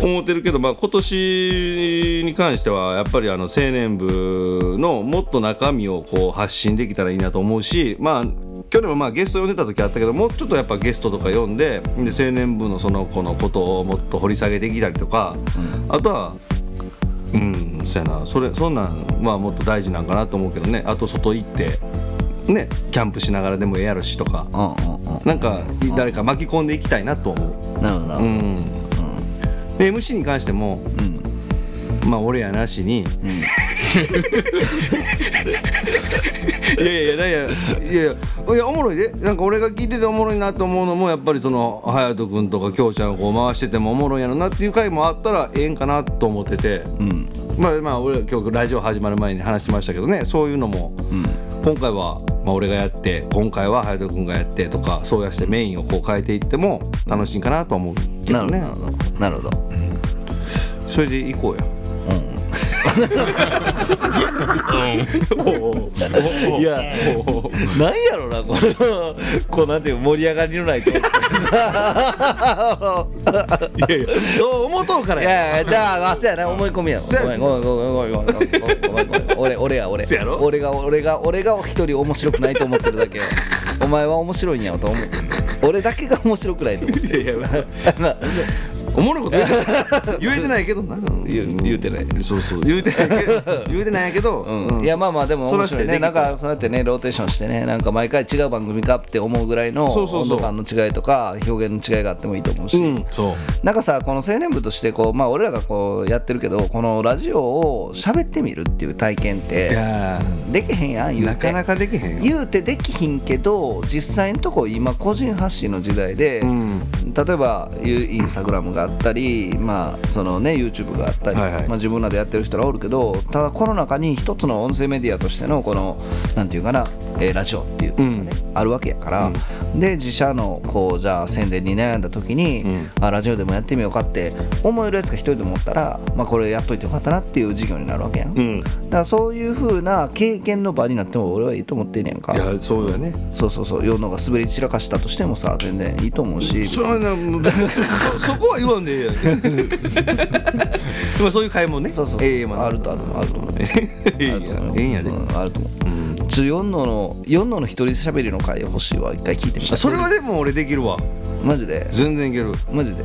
C: 思ってるけど、まあ、今年に関してはやっぱりあの青年部のもっと中身をこう発信できたらいいなと思うしまあ去年もまあゲスト呼んでた時あったけどもうちょっとやっぱゲストとか呼んでで青年部のその子のことをもっと掘り下げてきたりとか、あとはうんそやなそれそんなんまあもっと大事なんかなと思うけどねあと外行ってねキャンプしながらでもええやろしとか
D: うんうんう
C: なんか誰か巻き込んでいきたいなと思
D: んなるほど
C: ううんで MC に関しても、まあ俺やなしに、いやいやいやいやいやいやいやおもろいでなんか俺が聞いてておもろいなと思うのもやっぱりその隼人君とか京ちゃんをこう回しててもおもろいやろなっていう回もあったらええんかなと思ってて、まあまあ俺今日ラジオ始まる前に話しましたけどねそういうのも、今回は、まあ、俺がやって今回は隼人君がやってとかそうやしてメインをこう変えていっても楽しいんかなとは思うけ
D: な
C: ど
D: るほど
C: ね
D: なるほどなるほど
C: それで行こうよ。
D: いや、なんやろな、この、こうなんていう盛り上がりのないトーク。いやいや、そう思うとうからや。いや、じゃあ、あ、そうやな、思い込みやろ。ごめん、ごめん、ごめん、ごめん、ごめん、ごめん、ごめんごめんごめん、俺、俺や、俺。
C: そうやろ
D: 俺が、俺が、俺が一人面白くないと思ってるだけよ。お前は面白いんやろと思う。俺だけが面白くないと思ってる。
C: いやいやおもろいこと言うてない言えてないけどな
D: 言う言うてない
C: そうそう言うてないけど言うてないけど、
D: いやまあまあでも面白いね
C: そ
D: な
C: らしてできた
D: んかそうやってねローテーションしてねなんか毎回違う番組かって思うぐらいの
C: そうそう
D: 温
C: そう
D: 度感の違いとか表現の違いがあってもいいと思うし、
C: うんそう
D: なんかさこの青年部としてこうまあ俺らがこうやってるけどこのラジオを喋ってみるっていう体験っ
C: い
D: て
C: や
D: できへんやん
C: ー
D: 言うて
C: なかなかできへんよ
D: 言うてできひんけど実際のとこ今個人発信の時代で、
C: ん
D: 例えばゆインスタグラムがあったり、まあそのね、YouTube があったり、
C: はいはい
D: まあ、自分らでやってる人らおるけどただコロナ禍に一つの音声メディアとしてのこのなんていうかな、えーラジオっていうのが、ねあるわけやから、で自社のこうじゃあ宣伝に悩んだ時に、あラジオでもやってみようかって思えるやつが一人でもおったら、まあ、これやっといてよかったなっていう事業になるわけやん
C: うん
D: だからそういうふうな経験の場になっても俺はいいと思ってんねんか
C: いやそうよね
D: そうそうそう世のが滑り散らかしたとしてもさ全然いいと思うし
C: それはなそ (laughs) そこは言わんでええやん (laughs) まあそういう買い物ね
D: そうそうそう
C: ええま
D: あるとあるあると思う
C: ええんやええんやで、
D: うんあると思うちょ4のの4のの一人喋りの回欲しいわ一回聞いてみた
C: それはでも俺できるわ
D: マジで
C: 全然いける
D: マジで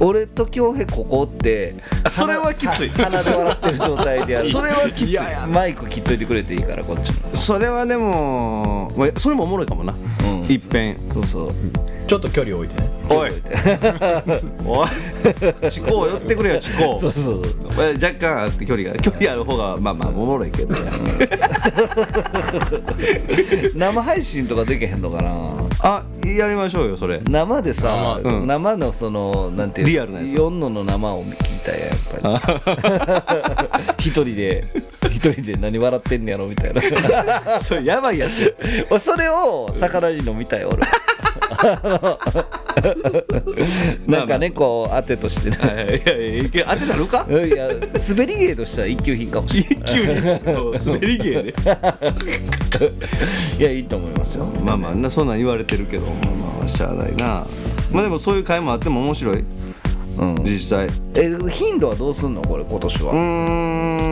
D: 俺と恭平ここって
C: それはきつい
D: 鼻で笑ってる状態でやる
C: それはきつい
D: マイク切っといてくれていいからこっちも
C: それはでも、まあ、それもおもろいかもな、
D: うん
C: いっぺん
D: そうそう
F: ちょっと距離を置いてね
C: おい (laughs) おい思考を寄ってくれよ思考
D: そうそう
C: まあ若干あって距離が距離ある方がまあまあおもろいけどね
D: 生配信とかできへんのかな
C: あやりましょうよそ
D: (laughs)
C: れ
D: 生でさ、
C: 生うん
D: 生のそのなんていう
C: リアルなやつ
D: 4のの生を聞いたややっぱ
C: (laughs)
D: り一人で一人で何笑ってんねやろみたい
C: (laughs)
D: な
C: それやばいやつ
D: 俺それを魚に飲みたい俺なんかねこう当てとしてね
C: いやいやいや当てたるか
D: いや滑り芸としては一級品かもしれ
C: 一
D: ない
C: 級に滑り芸で
D: (laughs) いやいいと思いますよ
C: (laughs) まあまあなそんなん言われてるけどまあまあしゃあないなまあでもそういう会もあっても面白い、実際う
D: え頻度はどうすんのこれ今年は、
C: ー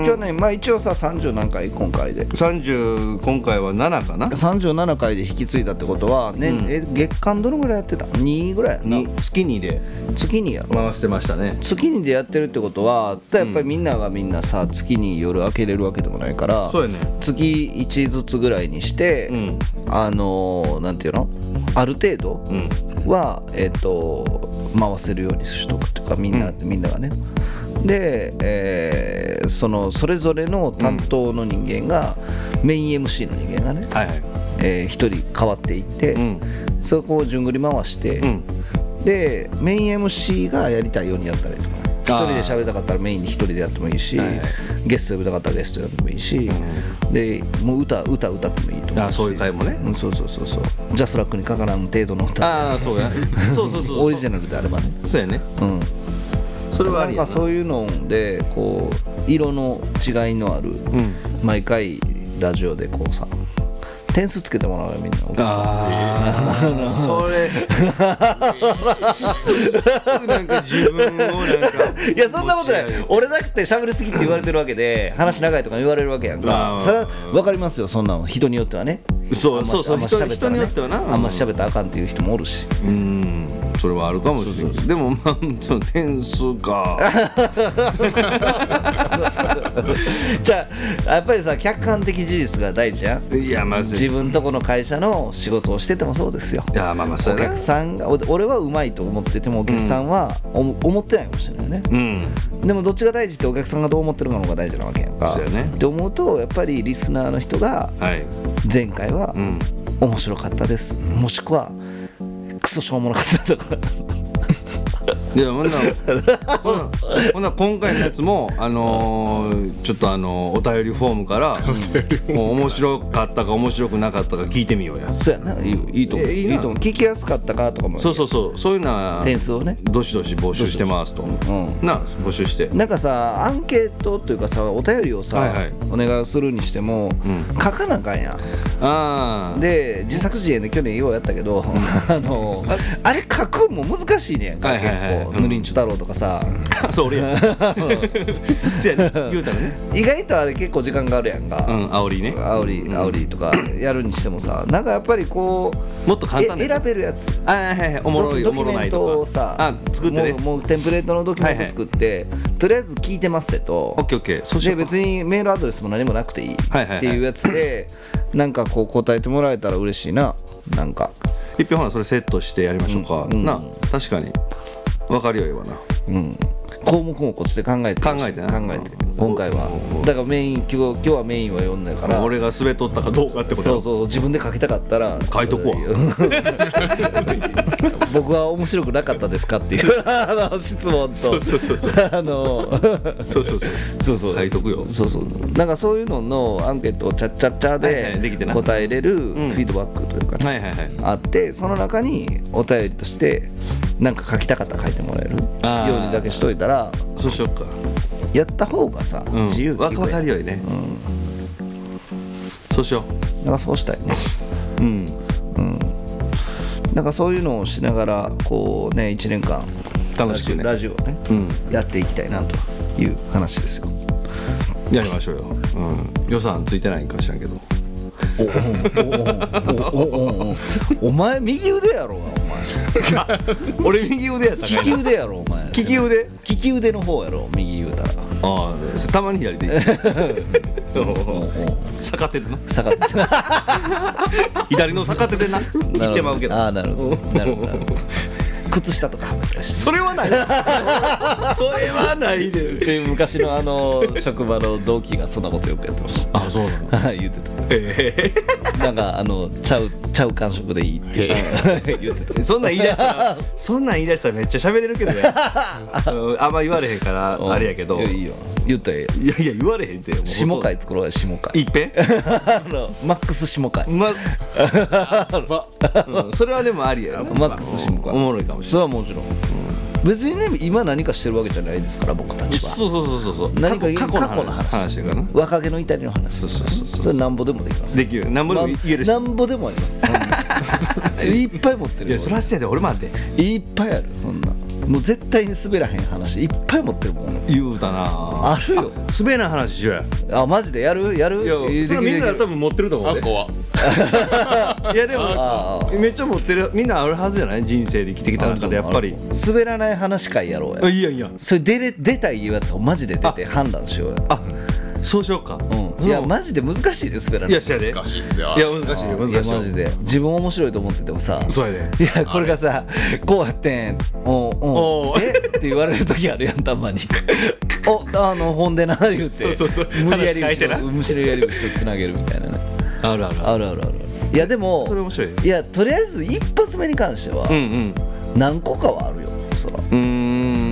C: ん
D: 去年まあ一応さ30何回今回で
C: 30今回は7かな
D: 37回で引き継いだってことは、ねえ月間どのぐらいやってた2ぐらいやな
C: に月にで
D: 月にやろ
C: 回してましたね
D: 月にでやってるってことはやっぱりみんながみんなさ月に夜明けれるわけでもないから、
C: そうやね
D: 月1ずつぐらいにして、
C: ん
D: あのーなんていうのある程度は、えっ、と回せるようにしとくっていうかみんな、みんながねで、えーそのそれぞれの担当の人間が、メイン MC の人間がね、
C: はいはい
D: えー、1人変わっていって、
C: ん
D: そこを順繰り回して、でメイン MC がやりたいようにやったりとかね一
C: あ
D: 人
C: ー
D: で喋りたかったらメインで一人でやってもいいし、ゲスト呼びたかったらゲスト呼んでもいいし、でもう歌歌歌ってもいいと思うし
C: あそういう会もね
D: うん、そうそうそうそうジャスラックにかからん程度の歌
C: ああそうやそうそうそう
D: オリジナルであればね、
C: そうやね
D: うん、
C: それはあ
D: な
C: り
D: ん
C: や
D: か
C: な
D: そういうのでこう色の違いのある、毎回ラジオでこうさ点数つけてもらうよみんなお客さん
C: ああそれなんか自分をなん (laughs) か
D: いやそんなことない
C: 持ち上げる
D: 俺だって喋りすぎって言われてるわ
C: (laughs)
D: けで話長いとか言われるわけやん
C: ま
D: か
C: あ
D: それは分かりますよそんなの人によってはね
C: そう
D: あんま
C: そうそう
D: あんま
C: 人
D: 喋ったらね
C: 人によってはな
D: あんま喋ったらあかんっていう人もおるし
C: うんそれはあるかもしれないでもまあその点数か
D: じゃあやっぱりさ客観的事実が大事やん
C: いやまず
D: 自
C: い
D: 分とこの会社の仕事をしててもそうですよ
C: やまあまあそ
D: お
C: れ
D: 客
C: な
D: さんがお俺はうまいと思っててもお客さんはおも思ってないかもしれないね
C: うん
D: でもどっちが大事ってお客さんがどう思ってるかの方が大事なわけやんか
C: そうやね
D: って思うとやっぱりリスナーの人が
C: はい
D: 前回は
C: うん
D: 面白かったです、もしくはクソしょうもなかったとか
C: いやほんならほんならほんなら今回のやつも、あのーちょっとあのーお便りフォームからもう面白かったか面白くなかったか聞いてみようや
D: (laughs) そうやないいいいと思う
C: えいいない
D: と思う聞きやすかったかとかも
C: そうそうそうそういうのは
D: 点数をね
C: どしどし募集してますと
D: う
C: な募集して
D: なんかさアンケートというかさお便りをさ、
C: はいはい
D: お願いをするにしても、書かなあかんやん
C: ああ
D: で自作自演で去年ようやったけどあ (laughs) のあれ書くんも難しいねんか
C: はい
D: 結
C: はいはい
D: 構
C: うん
D: ぬりんちゅ太郎とかさ
C: そう俺やせやね言うたらね
D: (laughs) 意外とあれ結構時間があるやんか、
C: うん煽りね
D: あおりあおりとかやるにしてもさなんかやっぱりこう
C: もっと簡単
D: え
C: です
D: 選べるやつ
C: あーはいはいおもろい
D: ド
C: お
D: キ
C: も
D: ュド
C: ろな
D: キュメン
C: い
D: ト
C: と
D: を
C: か
D: さ
C: あ作ってね
D: もうもうテンプレートのドキュメン
C: はいは
D: ト
C: い
D: 作って、とりあえず聞いてますせと
C: オッケーオッケーそうし
D: で
C: ようか
D: 別にメールアドレスも何もなくていいっ
C: はいはいはい
D: ていうやつでなんかこう答えてもらえたら嬉しいななんか
C: 一票ほなそれセットしてやりましょうか、
D: うん
C: な確かに分かるよいわな
D: うん項目もこっちで考えてるし
C: 考えてな
D: 考えて今回はだからメイン今日今日はメインは読んだから
C: 俺が滑っとったかどうかってことや
D: そ
C: ろ
D: うそう自分で書きたかったら
C: 書いとこわ
D: (laughs) 僕は面白くなかったですかっていう (laughs) あの質問と
C: そうそうそうそう
D: あの
C: そうそうそう
D: そうそう
C: 書いとくよ
D: そうそうなんかそういうののアンケートをチャッチャッチャ
C: はいはいできて
D: で
C: な
D: 答えれるフ
C: ん
D: ィードバックというかね
C: はいはいはい
D: あってその中にお便りとしてなんか書きたかったら書いてもらえる
C: あー
D: ようにだけしといたら
C: そうしよっか、
D: やった方がさ
C: うん、
D: 自由気
C: わ
D: 分
C: 分かるよいね、そうしよ
D: なんかそうしたいね
C: ううん
D: なんかそういうのをしながらこうね1年間
C: 楽しくね
D: ラジオをね、
C: ん
D: やっていきたいなという話ですよ
C: やりましょうよ、うん、予算ついてないんか知らんけ
D: (laughs)
C: ど
D: おおおお前右腕やろがお前
C: 俺右腕やったか
D: 利
C: ら
D: き腕やろお
F: (laughs)
D: 前
C: (laughs) 利き
D: (laughs)
C: 腕
D: 利き腕の方やろ右言うたら
C: ああそれたまに左
D: (laughs)
C: でいい逆手でな
D: 下がってた
C: 左の逆手
D: (laughs)
C: でな行ってまうけど
D: ああなるほ (laughs) どなるほどなるほど靴下とかはめたりして
C: (laughs) それはないそれはないで
D: うち昔のあの職場の同期がそんなことよくやってました (laughs)
C: あそうなの
D: はい言ってたなんかあのちゃうちゃう感触でいいって言ってた
C: そんなん言い出したらそんなん言い出したらめっちゃ喋れるけどねうんあんま言われへんからあれやけど
D: いやいい
C: い
D: よ言ったらええよ
C: やいや言われへんってもう
D: 下回作ろうよ下回
C: いっぺん
D: あのマックス下回
C: まうんそれはでもありやな
D: マックス下回
C: おもろいかもし
D: それはもちろん、別にね今何かしてるわけじゃないですから僕た
C: れない
D: ちは
C: そうそうそうそうそう
D: 何か
C: 過去過去の
D: 過去
C: 話
D: の話
C: 話やからな
D: 若気の至りの話
C: そうそうそうそう
D: それなんぼでもできます
C: できるなんぼでも言えるし
D: なんなんぼでもあります
C: (laughs)
D: そんないっぱい持ってる
C: いやそらせやで俺もあって
D: いっぱいあるそんなもう絶対に滑らへん話いっぱい持ってるもん
C: 言うたな
D: あるよ
C: 滑らん話しようや
D: あマジでやるやる
C: いやそれはみんな多
D: 分
C: 分持ってると思うで
E: 怖
C: いやでもめっちゃ持ってるみんなあるはずじゃない人生で生きてきた中でやっぱり
D: 滑らない話会やろう
C: あ
D: や
C: いいやいいや
D: それ出れ出たいやつをマジで出て判断しようや
C: あそうしようか
D: うんいやマジで難しいですから
C: いや、しやで。いや、
E: 難しいっすよ
C: 難しいよ、難しいよ。
D: マジで自分面白いと思っててもさ
C: そうやで。
D: いやこれがさこうやってんおうお
C: おう
D: うえって言われる時あるやんた
C: (laughs)
D: まにおあの本でな言うて
C: そうそうそう
D: 無理やり
C: 話変えて
D: 後
C: な
D: ろむしろやり後ろつなげるみたいなね
C: あるある。
D: あるあるあるいやでも
C: それ面白いよ
D: いやとりあえず一発目に関しては
C: うん
D: 何個かはあるよそら
C: うん。うーん。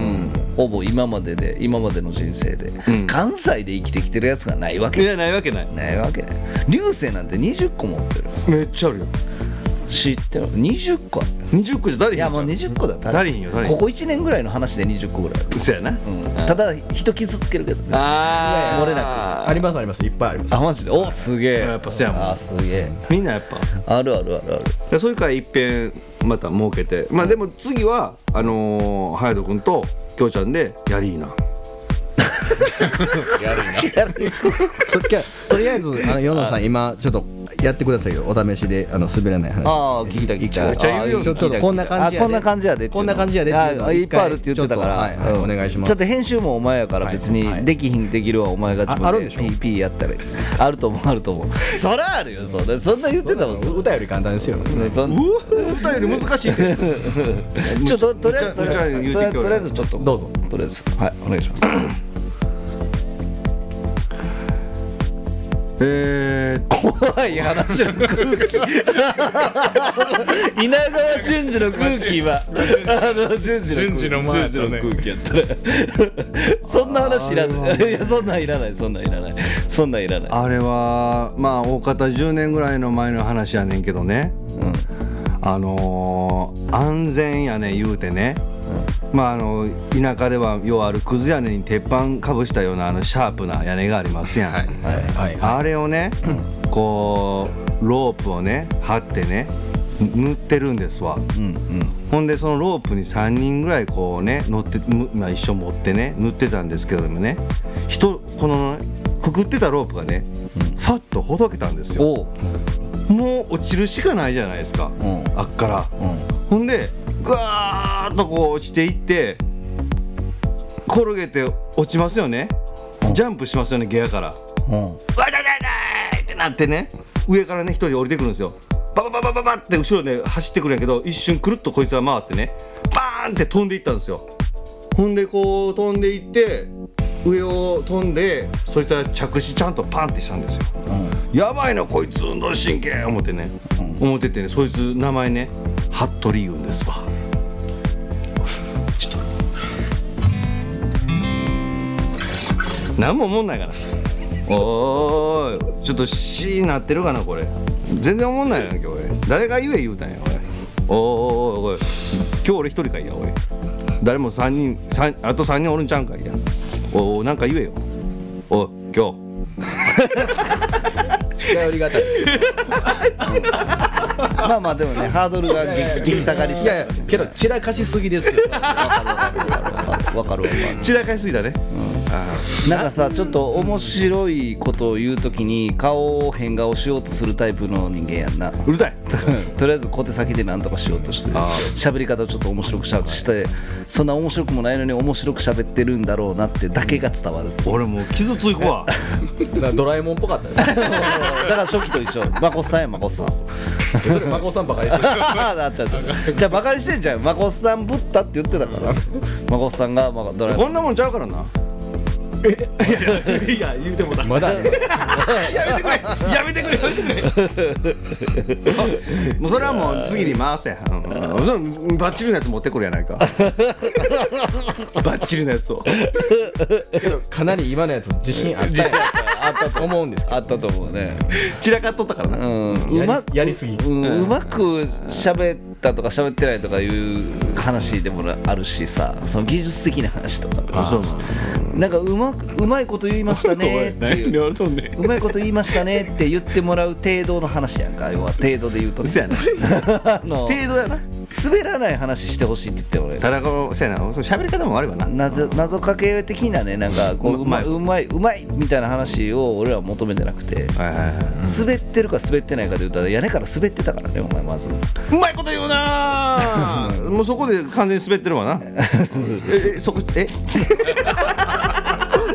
D: ほぼ今までで今までの人生で、
C: ん
D: 関西で生きてきてるやつがないわ
C: い
D: け
C: や、ないわけない。
D: ないわけ流星なんて20個持ってるよ
C: めっちゃあるよ。
D: 知ってる20個ある
C: 20個じゃ誰
D: いやもう20個だった
C: 足りひんよ足りひん
D: ここ1年ぐらいの話で20個ぐらいある
C: そうやな。
D: うんただ人傷つけるけどね
C: あー。
D: 漏れな
F: ありますありますいっぱいあり
D: (laughs)
F: ます
D: あマジでおすげえ
C: やっぱそうやもん
D: あすげえ
C: みんなやっぱ。
D: あるあるあるある
C: でそういうから一遍また設けて。まあでも次は、あのー、隼人君と京ちゃんで、やりーな。
F: ととりあえずあの世野さん今ちょっとやってくださいよお試しであの滑らない話
D: ああ聞いた聞いた
F: 一個
D: ああ
F: ちょっ
D: 聞
F: と
D: いた聞いた
F: こんな感じやで
D: あこんな感じやでっていうの
F: こんな感じやでっていうのを
D: あいっぱいあるって言ってたから、
F: 一回ちょっとはいはい
D: うん
F: お願いします
D: ちょっと編集もお前やから
F: はい
D: 別にできひんできるはお前が自分で
F: ああるんでしょ
D: PP やったりあると思うあると思う (laughs) そらあるよそんなそんな言ってたもん
F: 歌より簡単ですよ
D: うんそん
C: 歌より難しいって
D: (laughs) ちょっととりあえずとりあえ
C: む
D: ず
C: ち
D: とりあ
C: ゃ
D: えずとりあえずちょっと
F: どうぞ
D: とりあえずはいお願いします
C: え
D: 怖い話の空気稲川淳二の空気はあの淳二
E: 順次の前とね
D: 空気やったらそんな話いらないいやそんなんいらないそんなんいらないそんなんいらない
C: あれはまあ大方10年ぐらいの前の話やねんけどね、あのー安全やねん言うてね、まああの田舎ではようあるくず屋根に鉄板かぶしたようなあのシャープな屋根がありますやん、
E: はい
F: はい
C: あれをね、こうロープをね張ってね塗ってるんですわ、ほんでそのロープに3人ぐらいこうね乗って、むまあ、一緒に持ってね塗ってたんですけどもね人このくくってたロープがね、ファッとほどけたんですよ
D: おう
C: もう落ちるしかないじゃないですか、
D: ん
C: あっから、
D: ん
C: ほんでぐわーっとこう落ちていって転げて落ちますよね、ジャンプしますよね下アから。
D: うん
C: わだだだーってなってね上からね一人降りてくるんですよババババババって後ろで走ってくるんやけど一瞬くるっとこいつが回ってねバーンって飛んでいったんですよほんでこう飛んでいって上を飛んでそいつは着地ちゃんとパンってしたんですよ、やばいなこいつ運動神経思ってね、思っててねそいつ名前ね服部言うんですわちょっと何も思んないかなおーいちょっとシーなってるかなこれ全然思んないやんけ俺誰が言え言うたんやおいおーいおいおい今日俺一人かいやおい誰も3人三あと3人おるんちゃうんかいやおおなんか言えよおい今日
D: 近寄りがたい (laughs) まあまあでもねハードルが激激下がりし
F: い
D: た
F: やいやけど散らかしすぎですよ
D: わかるわかる
C: 散らかしすぎだね
D: なんかさちょっと面白いことを言うときに顔を変顔しようとするタイプの人間やんな
C: うるさい
D: とりあえず小手先でなんとかしようとしてる喋り方をちょっと面白くしゃべしてそんな面白くもないのに面白く喋ってるんだろうなってだけが伝わる、
C: 俺もう傷ついくわ
F: ドラえもんっぽかったです
D: だから初期と一
C: (laughs)
D: 緒まこさんやまこさん
F: (laughs) それ孫さんばかりしてる
D: (laughs) ああっちゃうじゃあバカにしてんじゃんまこさんぶったって言ってたからまこさんがまあドラえ
C: (laughs)
D: も
C: こ
D: ん
C: んなもんちゃうからなえいや言うてもだ
F: まだありま
C: (laughs)
F: す
C: やめてくれやめてくれ (laughs) もうそれはもう次に回せや、うんうん、バッチリなやつ持ってくるやないかバッチリなやつを
F: けどかなり今のやつ自信あったよあったと思うんですけ
D: あったと思うね
C: 散らかっとったからな、
D: うん
F: ど
D: うま
F: やりやりすぎ
D: うんうまく喋ったとか喋ってないとかいう話でもあるしさその技術的な話とか
C: そうなの
D: なんかうまくうまいこと言いましたねって
C: (laughs)
D: いう
G: 俺とんね
D: うまいこと言いましたねって言ってもらう程度の話やんか要は程度で言うとね
C: そ (laughs) やな
D: あの
C: 程度やな
D: 滑らない話してほしいって言って俺
C: ただこのそやな喋り方も悪いわな
D: 謎謎かけ的なねなんかこう
C: う
D: うま
C: ま
D: い
C: いう
D: まいうまいみたいな話を俺らは求めてなくて
C: はいはいはい
D: 滑ってるか滑ってないかで言ったら屋根から滑ってたからねお前まず
C: うまいこと言うなー (laughs) もうそこで完全に滑ってるわ
D: (laughs)
C: なええそこえ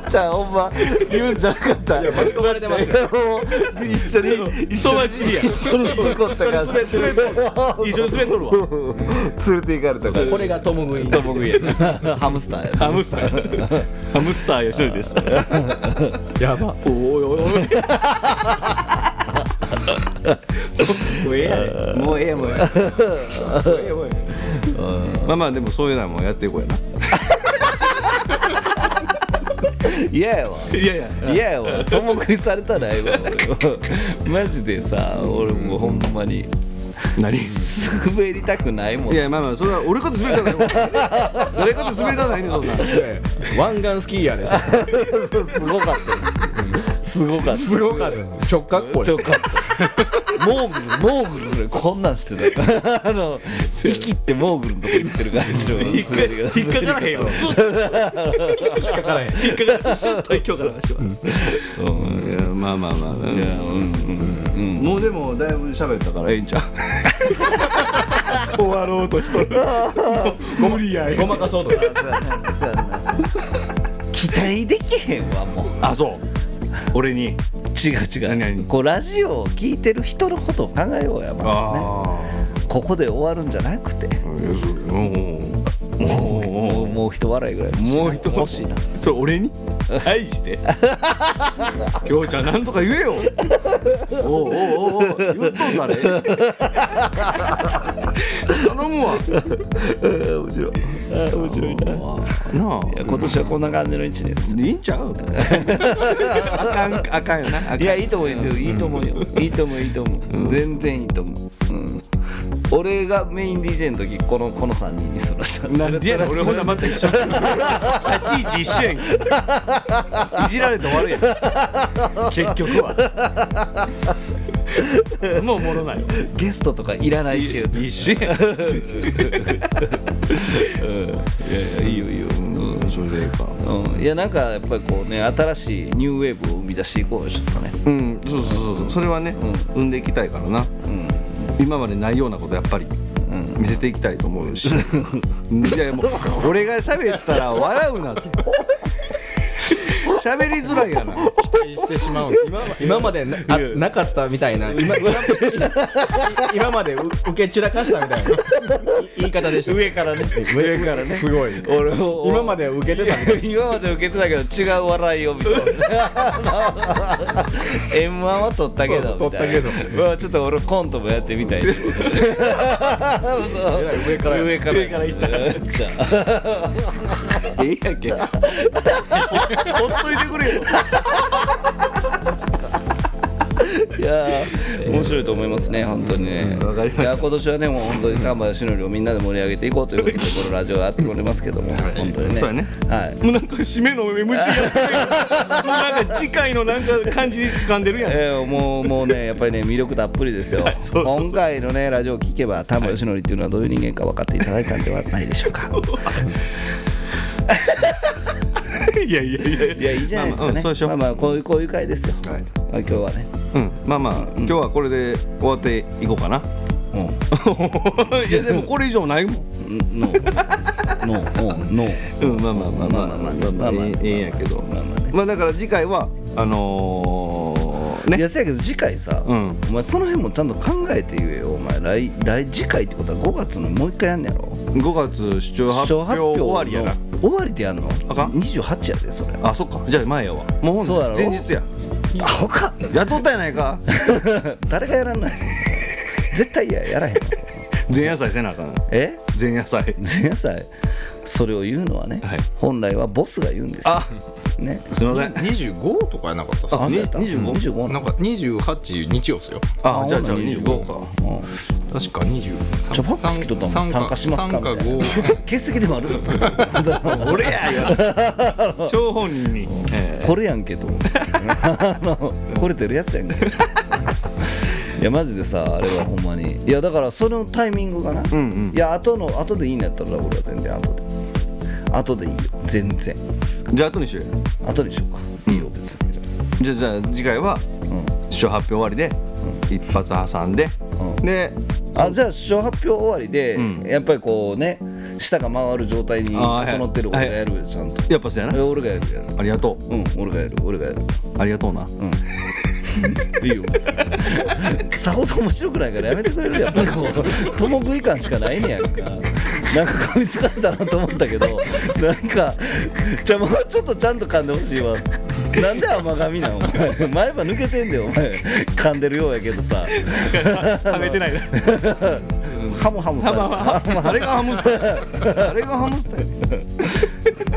D: じゃあほんま言うんじゃなかったいや巻き込まれてますもう一緒に一緒に一緒に事故ったから一緒に (laughs)
C: 一緒に滑っとるわ
D: 連れて行かれたか
F: どこれがトム・グイン
D: らハムスターやね
G: ハムスターハムスターよしり
C: (laughs)
G: です
F: やば
G: おいおいおいもうええやね
C: もうええもうええ (laughs) まあまあでもそういうのはもうやっていこうやな
D: 嫌やわ
G: いやいや
D: いやいやとも食いされたらええわ俺マジでさ俺もうほんまに
C: 何
D: 滑りたくないもん
C: いやまあまあそれは俺かと滑りたくない誰
G: (laughs)
C: かと滑りたくないねそんな
F: 湾岸スキーヤーでした
D: すごかったですすごかった
F: すごかった直角これ
D: 直角モーグルモーグルこんなんしてたあの息ってモーグルのとこ行ってる感じの引
C: 引っかからへんよスッと引っかからへん引っかからシュッと今日から話は、うんいやまあまあまあ、いやうんうんうん、もうでもだいぶ喋ったからええんちゃう (laughs) 終わろうとしとる無理や
F: ごまかそうとか
D: (laughs) 期待できへんわもう
C: あそう俺に
D: 違う違う
C: 何々
D: こうラジオを聞いてる人のことを考えようやまずねここで終わるんじゃなくてもうもうもう一笑いぐらい
C: もう一
D: 欲しいな
C: それ俺に (laughs) 愛 (laughs) してきょうちゃんなんとか言えよ (laughs) おうおうおうおう言っとんぞあれ (laughs) 頼むわ
D: 面白い面白いな
C: なあ
D: 今年はこんな感じの一年です
C: いいんちゃうあかんあかんよなあかん
D: いやいいと思うよいいと思うよいいと思ういいと思う全然いいと思う、うん、俺がメイン DJ の時このこの3人にするし
C: なんでやねん俺ほんならまた一緒立ち位置一緒やんけいじられて終わるやん結局はもうおもろないよ
D: ゲストとかいらないけど
C: 一緒やんうんいやいやいいよいいようんそれでいいか
D: うん、いやなんかやっぱりこうね新しいニューウェーブを生み出していこうよちょっとね
C: うんそうそうそうそうそれはね生んでいきたいからな今までないようなことやっぱり見せていきたいと思う (laughs) しいやいやもう俺が喋ったら笑うなって喋りづらいやな
E: 期待してしまうんです
F: 今までなあなかったみたいな今今今までう受け散らかしたみたいな言い方でした上からね上からねすごい
D: 俺を
F: 今まで受けてたみたい
D: (laughs) 今まで受けてたけど違う笑いをみたいな (laughs) M1 は取ったけどみたいな
F: 取った
D: うわちょっと俺コントもやってみたい上から上から上からいったじゃあ
C: ええやんけほっといてくれよ
D: いやー面白いと思いますね本当にね
C: わかりました
D: いや今年はねもう本当に丹波しのりをみんなで盛り上げていこうということでこのラジオやっておりますけども本当にね
C: そうやね
D: はい
C: もうなんか締めの MC やってるやんもうなんか次回のなんか感じに掴んでるやん
D: えーもうもうねやっぱりね魅力たっぷりですよ
C: そうそうそう
D: 今回のねラジオを聞けば丹波よしのりっていうのはどういう人間か分かっていただいたんではないでしょうか
C: いやいやいや
D: いやいいじゃないです
C: まあま
D: か
C: あうん
D: ね
C: そうしよう
D: まあまあこういうこういう回ですよ
C: はい
D: まあ今日はね
C: うんまあまあ今日はこれで終わっていこうかないやでもこれ以上ないもん
D: ノーノーノー
C: うん、まあまあまあまあ
D: ま
C: まあ
D: あまあまあまあ
C: まあええええんやけど
D: まあまあね
C: まあだから次回はあのー
D: い
C: ね
D: やせやけど次回さ、
C: うん
D: お前その辺もちゃんと考えて言えよお前来来次回ってことは5月のもう一回やんねやろ
C: 5月視聴発表終わりやな
D: の終わりでやんの
C: あかん
D: 28やでそれ
C: あそっかじゃあ前やわもうほん
D: そうやろ
C: 前日や
D: あほか
C: やっとったやないか
D: 誰がやらんないです絶対ややらへん
C: 前夜祭せなあかん
D: え
C: 前夜祭
D: 前夜祭それを言うのはね、
C: はい
D: 本来はボスが言うんですよ
C: あ
D: ね
C: すいません
E: 25とかやなかったっす
D: あそうやった
E: に
D: 25
E: なんか28日曜っすよ
C: あじゃあじゃあ
D: 25
C: 25か
D: うん
E: 確か23
D: ちょファックス来とったもん参加しますかみたい
E: 参加
D: (laughs) な欠席でもあるぞ作る
C: 俺 (laughs) やよ張本人にえ
D: これやんけと思って (laughs) あのこれ出るやつやんけいやマジでさあれはほんまにいやだからそのタイミングかな、
C: んうん
D: いや後の後でいいんやったら俺は全然後で後でいいよ全然
C: えじゃあ後にしようよ
D: 後にしようか、いいよ別に
C: じゃあじゃあ次回は
D: うん
C: 視聴発表終わりで一発挟んで
D: うん
C: で
D: あじゃあ首相発表終わりで、
C: ん
D: やっぱりこうね舌が回る状態に
C: あーはい
D: 整ってる俺がやるよちゃんと、
C: やっぱそうや
D: え
C: な
D: 俺がやるやる
C: ありがと
D: うん俺がやる俺がやる
C: うありがとうな
D: 理由さほど面白くないからやめてくれるやっぱりこう共食い感しかないねやんかなんかこいつかれたなと思ったけどなんかじゃあもうちょっとちゃんと噛んでほしいわなんで甘噛みなんお前前歯抜けてんだよお前噛んでるようやけどさ
C: 食べてないな
D: ハムハムされて
C: あれがハムスターやあれがハムスターや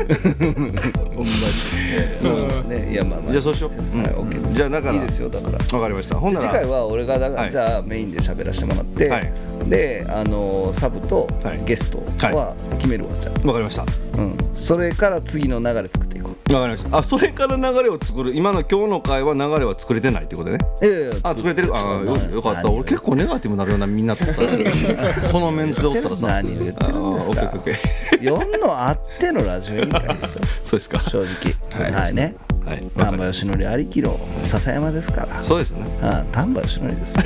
D: ね、いやまあまあ
C: じゃあそうしよう
D: はい、オッケーです
C: じゃあだから
D: いいですよだから
C: わかりましたほんな
D: 次回
C: ら
D: は俺がだから、
C: はい
D: じゃあメインで喋らせてもらって、
C: はい
D: であのーサブと
C: はい
D: ゲストは決めるわじゃあ、
C: わかりました
D: うん、それから次の流れ作っていこう
C: わかりましたあそれから流れを作る今の今日の会は流れは作れてないってことね
D: いやいや
C: あ作れてるあよよかった俺結構ネガティブになるようなみんなと思ったらこのメンツでおったらさ
D: 何を言ってるんですか
C: あーオッケーオッケーオッケー
D: 4のあってのラジオ委員会ですよ
C: そうですか
D: 正直はい、ね
C: はい
D: 丹波義則ありきの笹山ですから
C: そうですよね
D: ああ丹波義則ですよ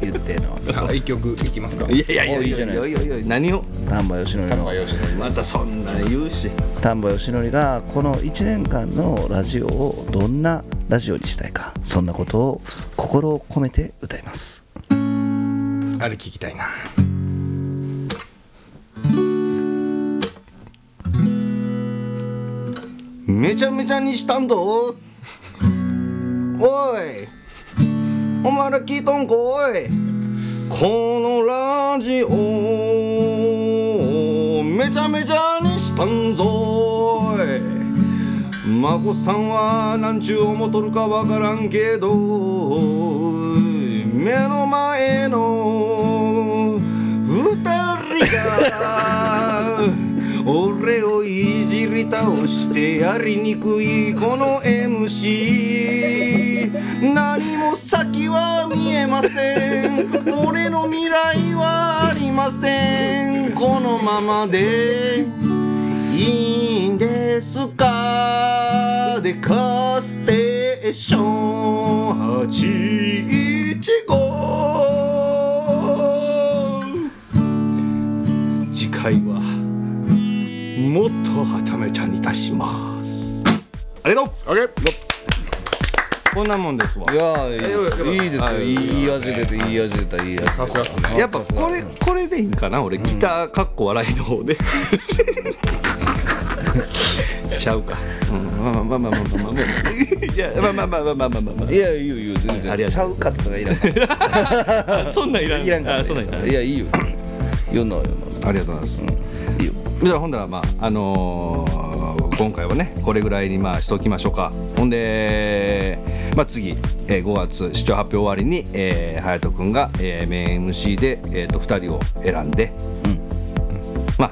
D: 言ってんの
C: (laughs)
D: は
E: あ一曲いきますか
C: いやいやいや
D: おいいじゃないですか
C: やいやいや何を
D: 丹波義則の
E: まあよし
C: またそんな言うし
D: 丹波義則がこの1年間のラジオをどんなラジオにしたいかそんなことを心を込めて歌います
E: あれ聞きたいな
C: めちゃめちゃにしたんどおいお前ら聞いとんこおいこのラジオめちゃめちゃにしたんぞい孫さんは何ちゅう思とるかわからんけど目の前の二人が俺をいじり倒してやりにくいこの MC 何も先は見えません俺の未来はありませんこのままでいいんですかでカステーション815次回はもっとはためちゃにいたしますありがとう
E: OK
C: こんなもんですわ
D: いやいい
C: いいですよ
D: いい味出ていい味出たいい味
E: さすがっすね
C: やっぱこれこれでいいんかな俺ギターかっこ笑いの方
D: (laughs)
C: でちゃうか、うん、まあまあまあまあまあまあまあまあいやまあまあまあまあまあまあまあまあ
D: いやいいよいいよ全
C: ありがと
D: 然
C: う
D: ちゃうかとかがいらんから
C: あ (laughs) そんなんいらん
D: いらんから
C: あそんなんいらんあ
D: いやいいよ世の世の
C: りがとうございます
D: いいよ
C: みたいなほんだらまああのー今回はねこれぐらいにまあしときましょうかほんで、まあ、次、えー5月視聴発表終わりに、えー、隼人君が、えー、メイン MC で、えー、と2人を選んで、まあ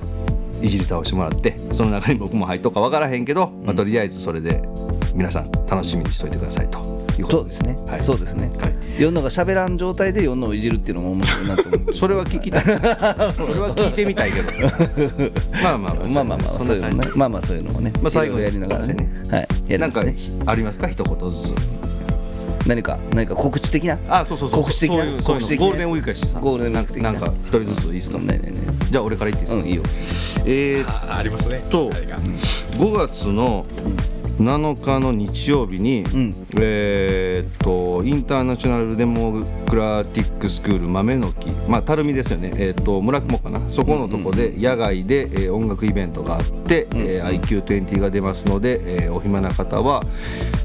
C: いじり倒してもらってその中に僕も入っとくかわからへんけど、まあ、とりあえずそれで皆さん楽しみにしといてくださいというこ
D: そう
C: とで
D: で
C: す
D: ね、
C: はい、
D: そうですね、世のが喋らん状態で世のをいじるっていうのも面白いなと思って
C: それは聞きたいそれは聞いてみたいけど
D: (laughs)
C: まあまあ
D: (laughs) まあまあまあ (laughs) そういうの
C: 感じ
D: ねまあまあそういうのもね、
C: まあ最後
D: いろいろやりながら
C: そ
D: ね
C: うです
D: はいや
C: な
D: りま
C: ん
D: す
C: か
D: ね
C: ありますか一言ずつ
D: 何か何か告知的な
C: あそうそうそう
D: 告知的な
C: そういうそういう
D: 告
C: の
D: 知的な
C: ゴールデンウィークやしさ
D: ゴールデンウィーク的
C: な
D: なん
C: か一人ずついいですか、
D: ねえねえね
C: じゃあ俺から言っていいですか、
D: うんいいよ
C: えーっ
E: あありますね
C: と
E: あれが
C: 5月の7日の日曜日に、
D: ん
C: えーっとインターナショナルデモクラティックスクール豆の木まあたるみですよねえーっと村雲かなそこのとこで野外で、えー音楽イベントがあって、えー IQ20 が出ますので、えーお暇な方は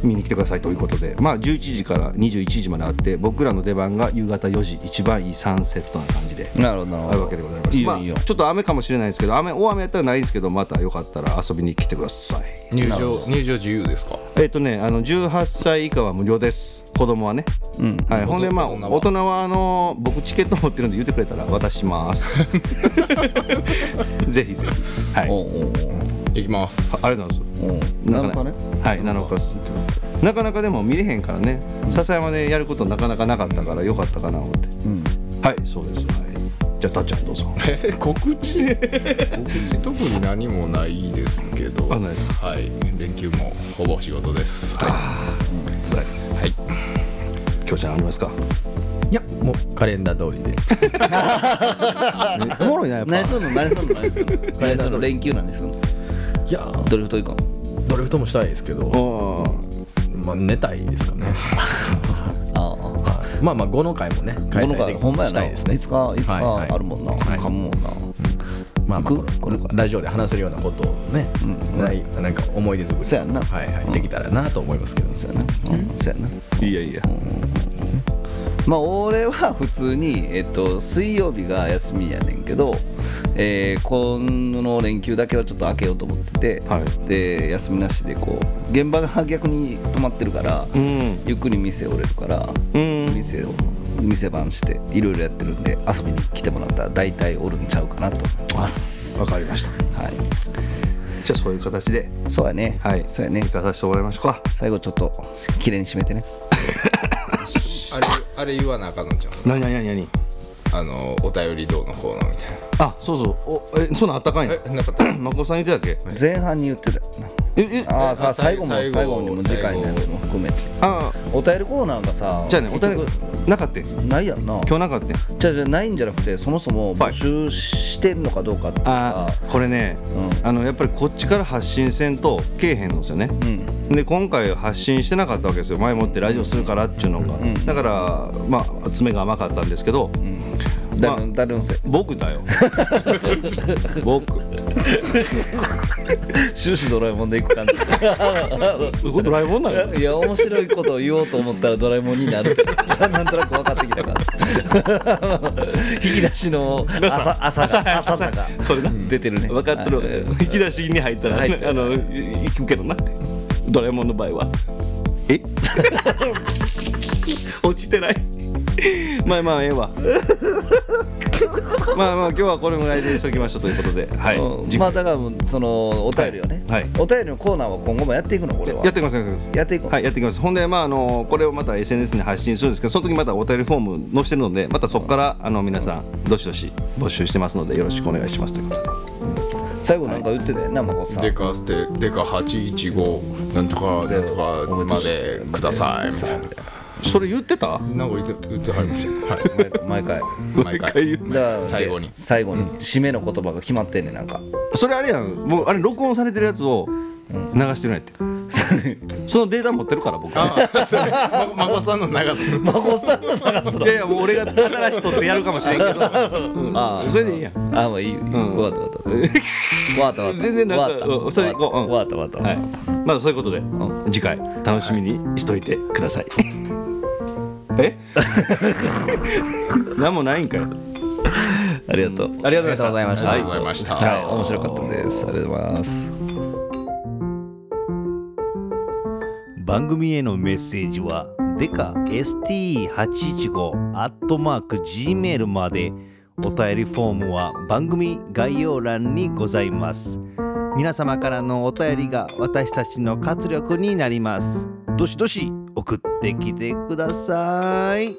C: 見に来てくださいということでまあ11時から21時まであって僕らの出番が夕方4時一番いいサンセットな感じで
D: えなるほどなる
C: あ
D: ほ
C: る
D: ど
C: わけでございます
D: いいよ
C: まあ
D: いいよ
C: ちょっと雨かもしれないですけど雨大雨やったらないんですけどまたよかったら遊びに来てください
E: 入場入場自由ですか
C: えっ、とねあの18歳以下は無料です子供はね、はい、ほんでまあ
E: 大人は
C: 大人はあの僕チケット持ってるんで言ってくれたら渡します (laughs) ぜひぜひはい
D: おうおう
E: いきます
C: あれなんですよ
D: おうおう
C: な
D: な
C: か
D: ん
C: な
D: かね
C: はい7日っすなかなかでも見れへんからね笹山でやることなかなかなかったからよかったかな思って、はいそうですはいじゃあたっちゃんどうぞ
E: え告知告知特に何もないですけど
C: あないです
E: はい連休もほぼ仕事ですは
C: それ
E: い、はい、
C: きょうちゃんありますか
F: いやもうカレンダー通
D: (laughs)
F: り
C: お
F: で
C: もろいなやっぱ
D: 何すんの何すんの何すんの何すんの連休なんですんの
F: いや
D: ドリフト行こ
F: ドリフトもしたいですけど、
C: おー
F: まあ、寝たいです
D: (laughs)
F: かね
D: うああ
F: まあまあ5の回もね開
D: この
F: 催で
D: 回ほんまや
F: した
D: ないい
F: で
D: つ
F: すね
D: かいつ
F: はいは
D: か
F: い
D: あるもんな
F: はい
D: かもんな
F: まあまあ
D: 行く
F: このこのラジオで話せるようなことをね、ないなんか思い出作り
D: そうやんな
F: はいはい、できたらなと思いますけど、
D: そうやなうんそうやない
C: やいや
D: まあ俺は普通に、えっと、水曜日が休みやねんけど、えー、この連休だけはちょっと開けようと思ってて、
C: はい
D: で休みなしでこう現場が逆に止まってるから、
C: うん
D: ゆっくり店折れるから、
C: うん
D: 店を店番していろいろやってるんで遊びに来てもらったら大体おるんちゃうかなと思います。
C: わかりました
D: はい
C: じゃあそういう形で
D: そうやね
C: はい
D: そうやね
C: 行かさせてもらいましょうか
D: 最後ちょっと綺麗に締めてね
E: あれあれ言わなあかんのじゃん
C: 何何何何
E: あのお便りどうのこうのみたい
C: あそうそうおえそんなんあったかいんや
E: なえなかった
C: まこさん言ってたっ
D: 前半に言ってたよな
C: けええ
D: (laughs) ああさあ最後
E: 最後
D: も最後にも次回のやつも含めて
C: あ
D: お便りコーナーがさ
C: じゃあねお便
D: 結
C: りなかったよ
D: 局ないやんな
C: 今日なかったよ
D: じゃあじゃあないんじゃなくてそもそも募集してんのかどうかっていう
C: あ
D: か
C: ーこれね、
D: うん
C: あのやっぱりこっちから発信せんとけえへんのですよね、で今回発信してなかったわけですよ前もってラジオするからっていうのが、だからまあ爪が甘かったんですけど、まあ
D: 誰の誰のせい
C: 僕 (laughs) だよ僕
D: (laughs) 終始ドラえもんでいく感じ
C: 僕ドラえもんなの
D: いや面白いことを言おうと思ったらドラえもんになるなんとなく (laughs) 分かってきたから (laughs) 引き出しの朝朝が朝さが
C: (laughs) それな、
D: 出てるね
C: 分かって
D: はい
C: る引き出しに入ったら、
D: 入ったら
C: あの行くけどなドラえもんの場合はえ (laughs) 落ちてないまあまあええ (laughs) わまあまあ今日はこれぐらいでしときましょうということではい、
D: うん
C: じ
D: まあだからもうそのお便りをね、
C: はいはい
D: お便りのコーナーは今後もやっていくの俺は
C: やっていきますやっていきます
D: やっていこう
C: はいやっていきますほんでまああのこれをまた SNS に発信するんですけどその時またお便りフォーム載せてるのでまたそこからあの皆さんどしどし募集してますのでよろしくお願いしますということで
D: 最後なんか言ってたよね真子さん
E: デカステデカ815なんとかなんとかまでくださいみたい
C: それ言ってた
E: ななんか言って言ってはりましたはい
D: 毎回
E: 毎回
D: だから
E: 最後に
D: で最後に締めの言葉が決まってんねんな
C: (laughs)
D: んか
C: それあれやんもうあれ録音されてるやつを流してるんやって、そのデータ持ってるから僕い
E: ままこさんの流す
D: 真子さんの流すの
C: やいやもう俺が新しいとってやるかもしれんけど、うん
D: あ
C: それでいいやん
D: あもういい、わかった
C: (laughs)
D: わかったわかったわかった
C: 全然なんか
D: わかった
C: うんそれでいこううん
D: わかったわかった
C: は
D: わ
C: い
D: かっ
C: まあそういうことで、次回楽しみにしといてください、え (laughs) 何もないんかい
D: たありがとう
F: ありがとうございました
E: ありがとうございました、
D: はい面白かったですありがとうございます
H: 番組へのメッセージはデカ ST815 アットマーク Gmail までお便りフォームは番組概要欄にございます皆様からのお便りが私たちの活力になりますどしどし送ってきてください